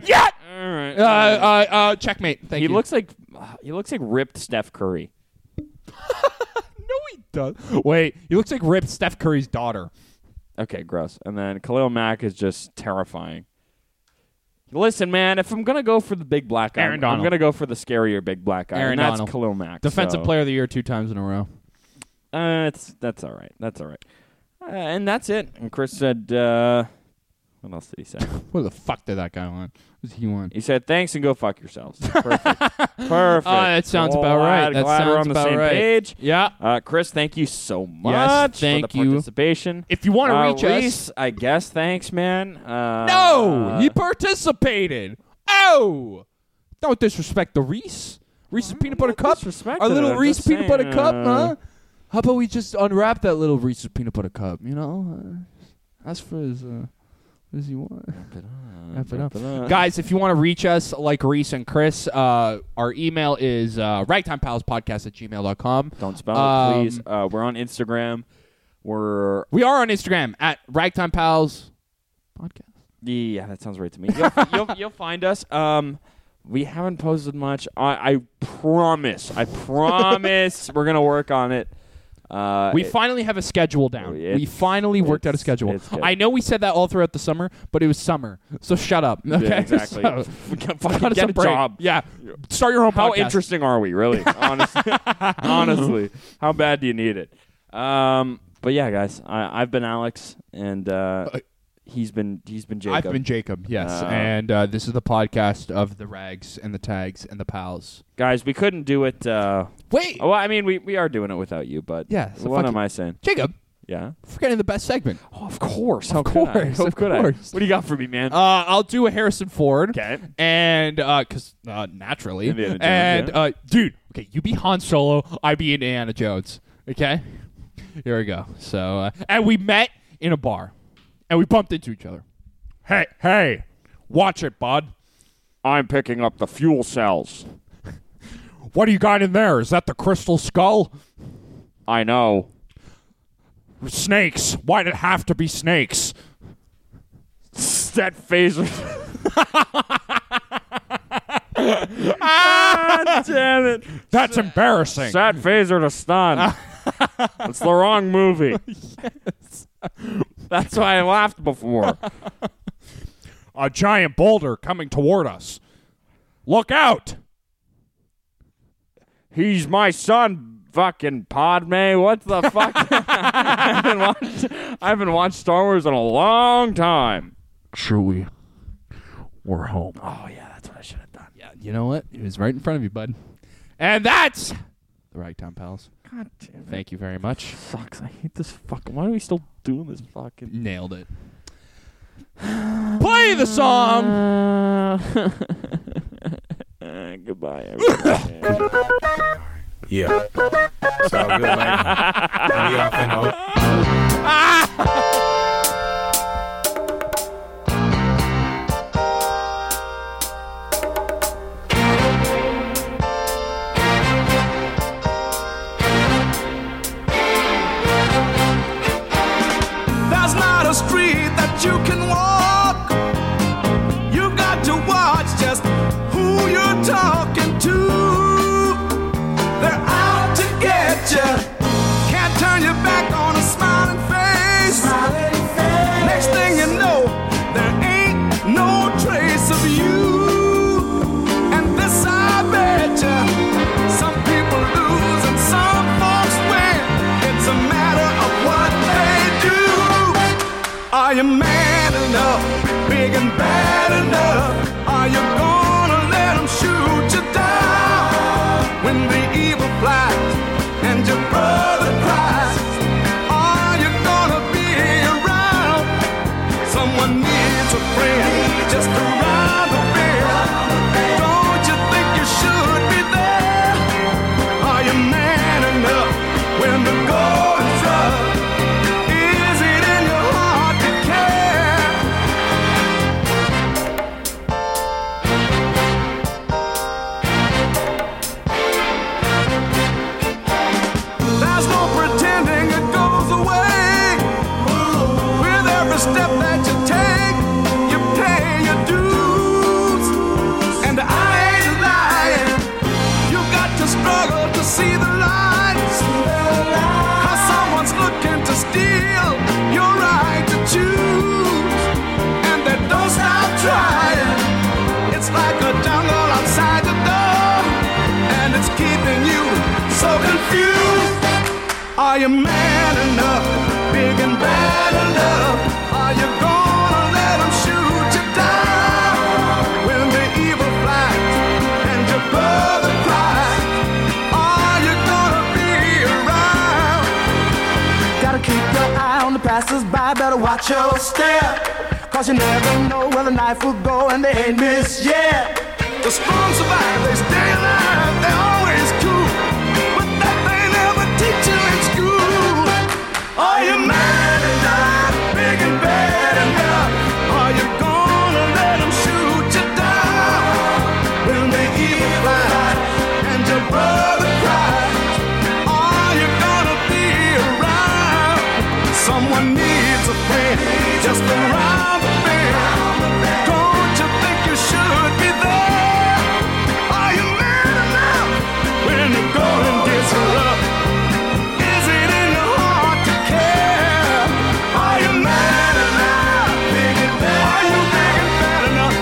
Yeah. All right. Uh, uh, uh, checkmate. Thank he you. looks like uh, he looks like ripped Steph Curry. No, he does. Wait, he looks like ripped Steph Curry's daughter. Okay, gross. And then Khalil Mack is just terrifying. Listen, man, if I'm gonna go for the big black guy, Aaron I'm- I'm Donald. gonna go for the scarier big black guy, Aaron and that's Donald. Khalil Mack. Defensive so- player of the year two times in a row. Uh, it's that's all right. That's all right. Uh, and that's it. And Chris said, uh, "What else did [LAUGHS] he say?" What the fuck did that guy want? What did he want? He said, "Thanks and go fuck yourselves." [LAUGHS] Perfect. Perfect. Oh, that sounds Glad- about right. That glad we're sounds on the about same right. page. Yeah. Uh, Chris, thank you so much thank for the you. participation. If you want to Uh, reach us, Reese, I guess. Thanks, man. Uh, No, uh, he participated. Oh, don't disrespect the Reese. Reese's peanut butter not cup. disrespecting Our it, little I'm Reese just peanut butter saying, cup, uh, huh? How about we just unwrap that little Reese's peanut butter cup? You know, uh, ask for his. Uh, what does he want? Wrap it up. [LAUGHS] Guys, if you want to reach us like Reese and Chris, uh, our email is uh, ragtimepalspodcast at gmail.com. Don't spell Um, it, please. Uh, we're on Instagram. We're We are on Instagram at ragtimepals podcast. Yeah, that sounds right to me. You'll, [LAUGHS] you'll, you'll find us. Um, we haven't posted much. I, I promise. [LAUGHS] I promise we're gonna work on it. Uh, We it- finally have a schedule down. we Oh, It's- finally worked out a it's- schedule. it's good. I know we said that all throughout the summer, but it was summer, so shut up. Okay, [LAUGHS] yeah, exactly. [LAUGHS] So, We can cut fucking us get a, break. job. Yeah, start your own How podcast. interesting are we, [LAUGHS] really? Honestly, honestly, how bad do you need it? Um, but yeah, guys, I, I've been Alex, and uh, he's been he's been Jacob. I've been Jacob, yes. Uh, and uh, this is the podcast of the rags and the tags and the pals. Guys, we couldn't do it. Uh, Wait, well, I mean, we, we are doing it without you, but Yeah, so what fuck am it. I saying? Jacob, Yeah, forgetting the best segment. oh, of course, Of How could I? course, How of could I? course. What do you got for me, man? Uh, I'll do a Harrison Ford. 'Kay. And because uh, naturally, Indiana Jones, and yeah. uh, dude, okay, you be Han Solo, I be Indiana Jones. Okay, here we go. So, uh, and we met in a bar, and we bumped into each other. Hey, hey, watch it, bud. I'm picking up the fuel cells. What do you got in there? Is that the crystal skull? I know. Snakes. Why'd it have to be snakes? That phaser. ah, damn it. That's [LAUGHS] embarrassing. [LAUGHS] That phaser to [LAUGHS] stun. it's the wrong movie. That's why I laughed before. a giant boulder coming toward us. Look out! He's my son, fucking Padme. What the [LAUGHS] fuck? I haven't watched, I haven't watched Star Wars in a long time. Chewie, we're home. Oh, yeah, that's what I should have done. Yeah, Uh, you know what? It was right in front of you, bud. And that's the Ragtime Pals. God damn it. Thank you very much. Sucks. I hate this fucking. Why are we still doing this fucking. Nailed it. Play the song. Uh, [LAUGHS] Goodbye, everybody. Yeah. It's all good, man. We all finna open. There's not a street that you can walk. You got to watch just who you're talking to. They're out to get you. Can't turn your back on a smiling face. Next thing you know, there ain't no trace of you. And this I bet you. Some people lose and some folks win. It's a matter of what they do. Are you man enough? Big and bad enough? Are you gonna let 'em shoot you down? When the evil flies and your brother cries, are you gonna be around? Someone needs a friend just around the bend. Don't you think you should be there? Are you man enough when the going's rough? Is it in your heart to care? There's no pretending it goes away. With every step that you take, you pay your dues. And I ain't lying. You got to struggle to see the light. Cause someone's looking to steal your right to choose. And they don't stop trying. It's like a jungle outside the door. And it's keeping you so confused. Are you man enough? Big and bad enough? Are you gonna let 'em shoot you down? When the evil flies and your brother cries, are you gonna be around? Gotta keep your eye on the passers-by, better watch your step. Cause you never know where the knife will go and they ain't missed yet. The strong survive, they stay alive, they're always cool. But that they never teach you in school. Are you mad enough, big and bad enough? Are you gonna let 'em shoot you down? When the evil flies and your brother cries, are you gonna be around? Someone needs a friend just around the bend. Don't you think you should be there? Are you man enough when the going gets rough? Is it in your heart to care? Are you man enough? Big and bad. Are you big and bad enough?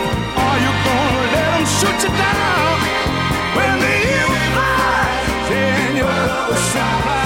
Are you gonna let 'em shoot you down when the evil flies in your other side?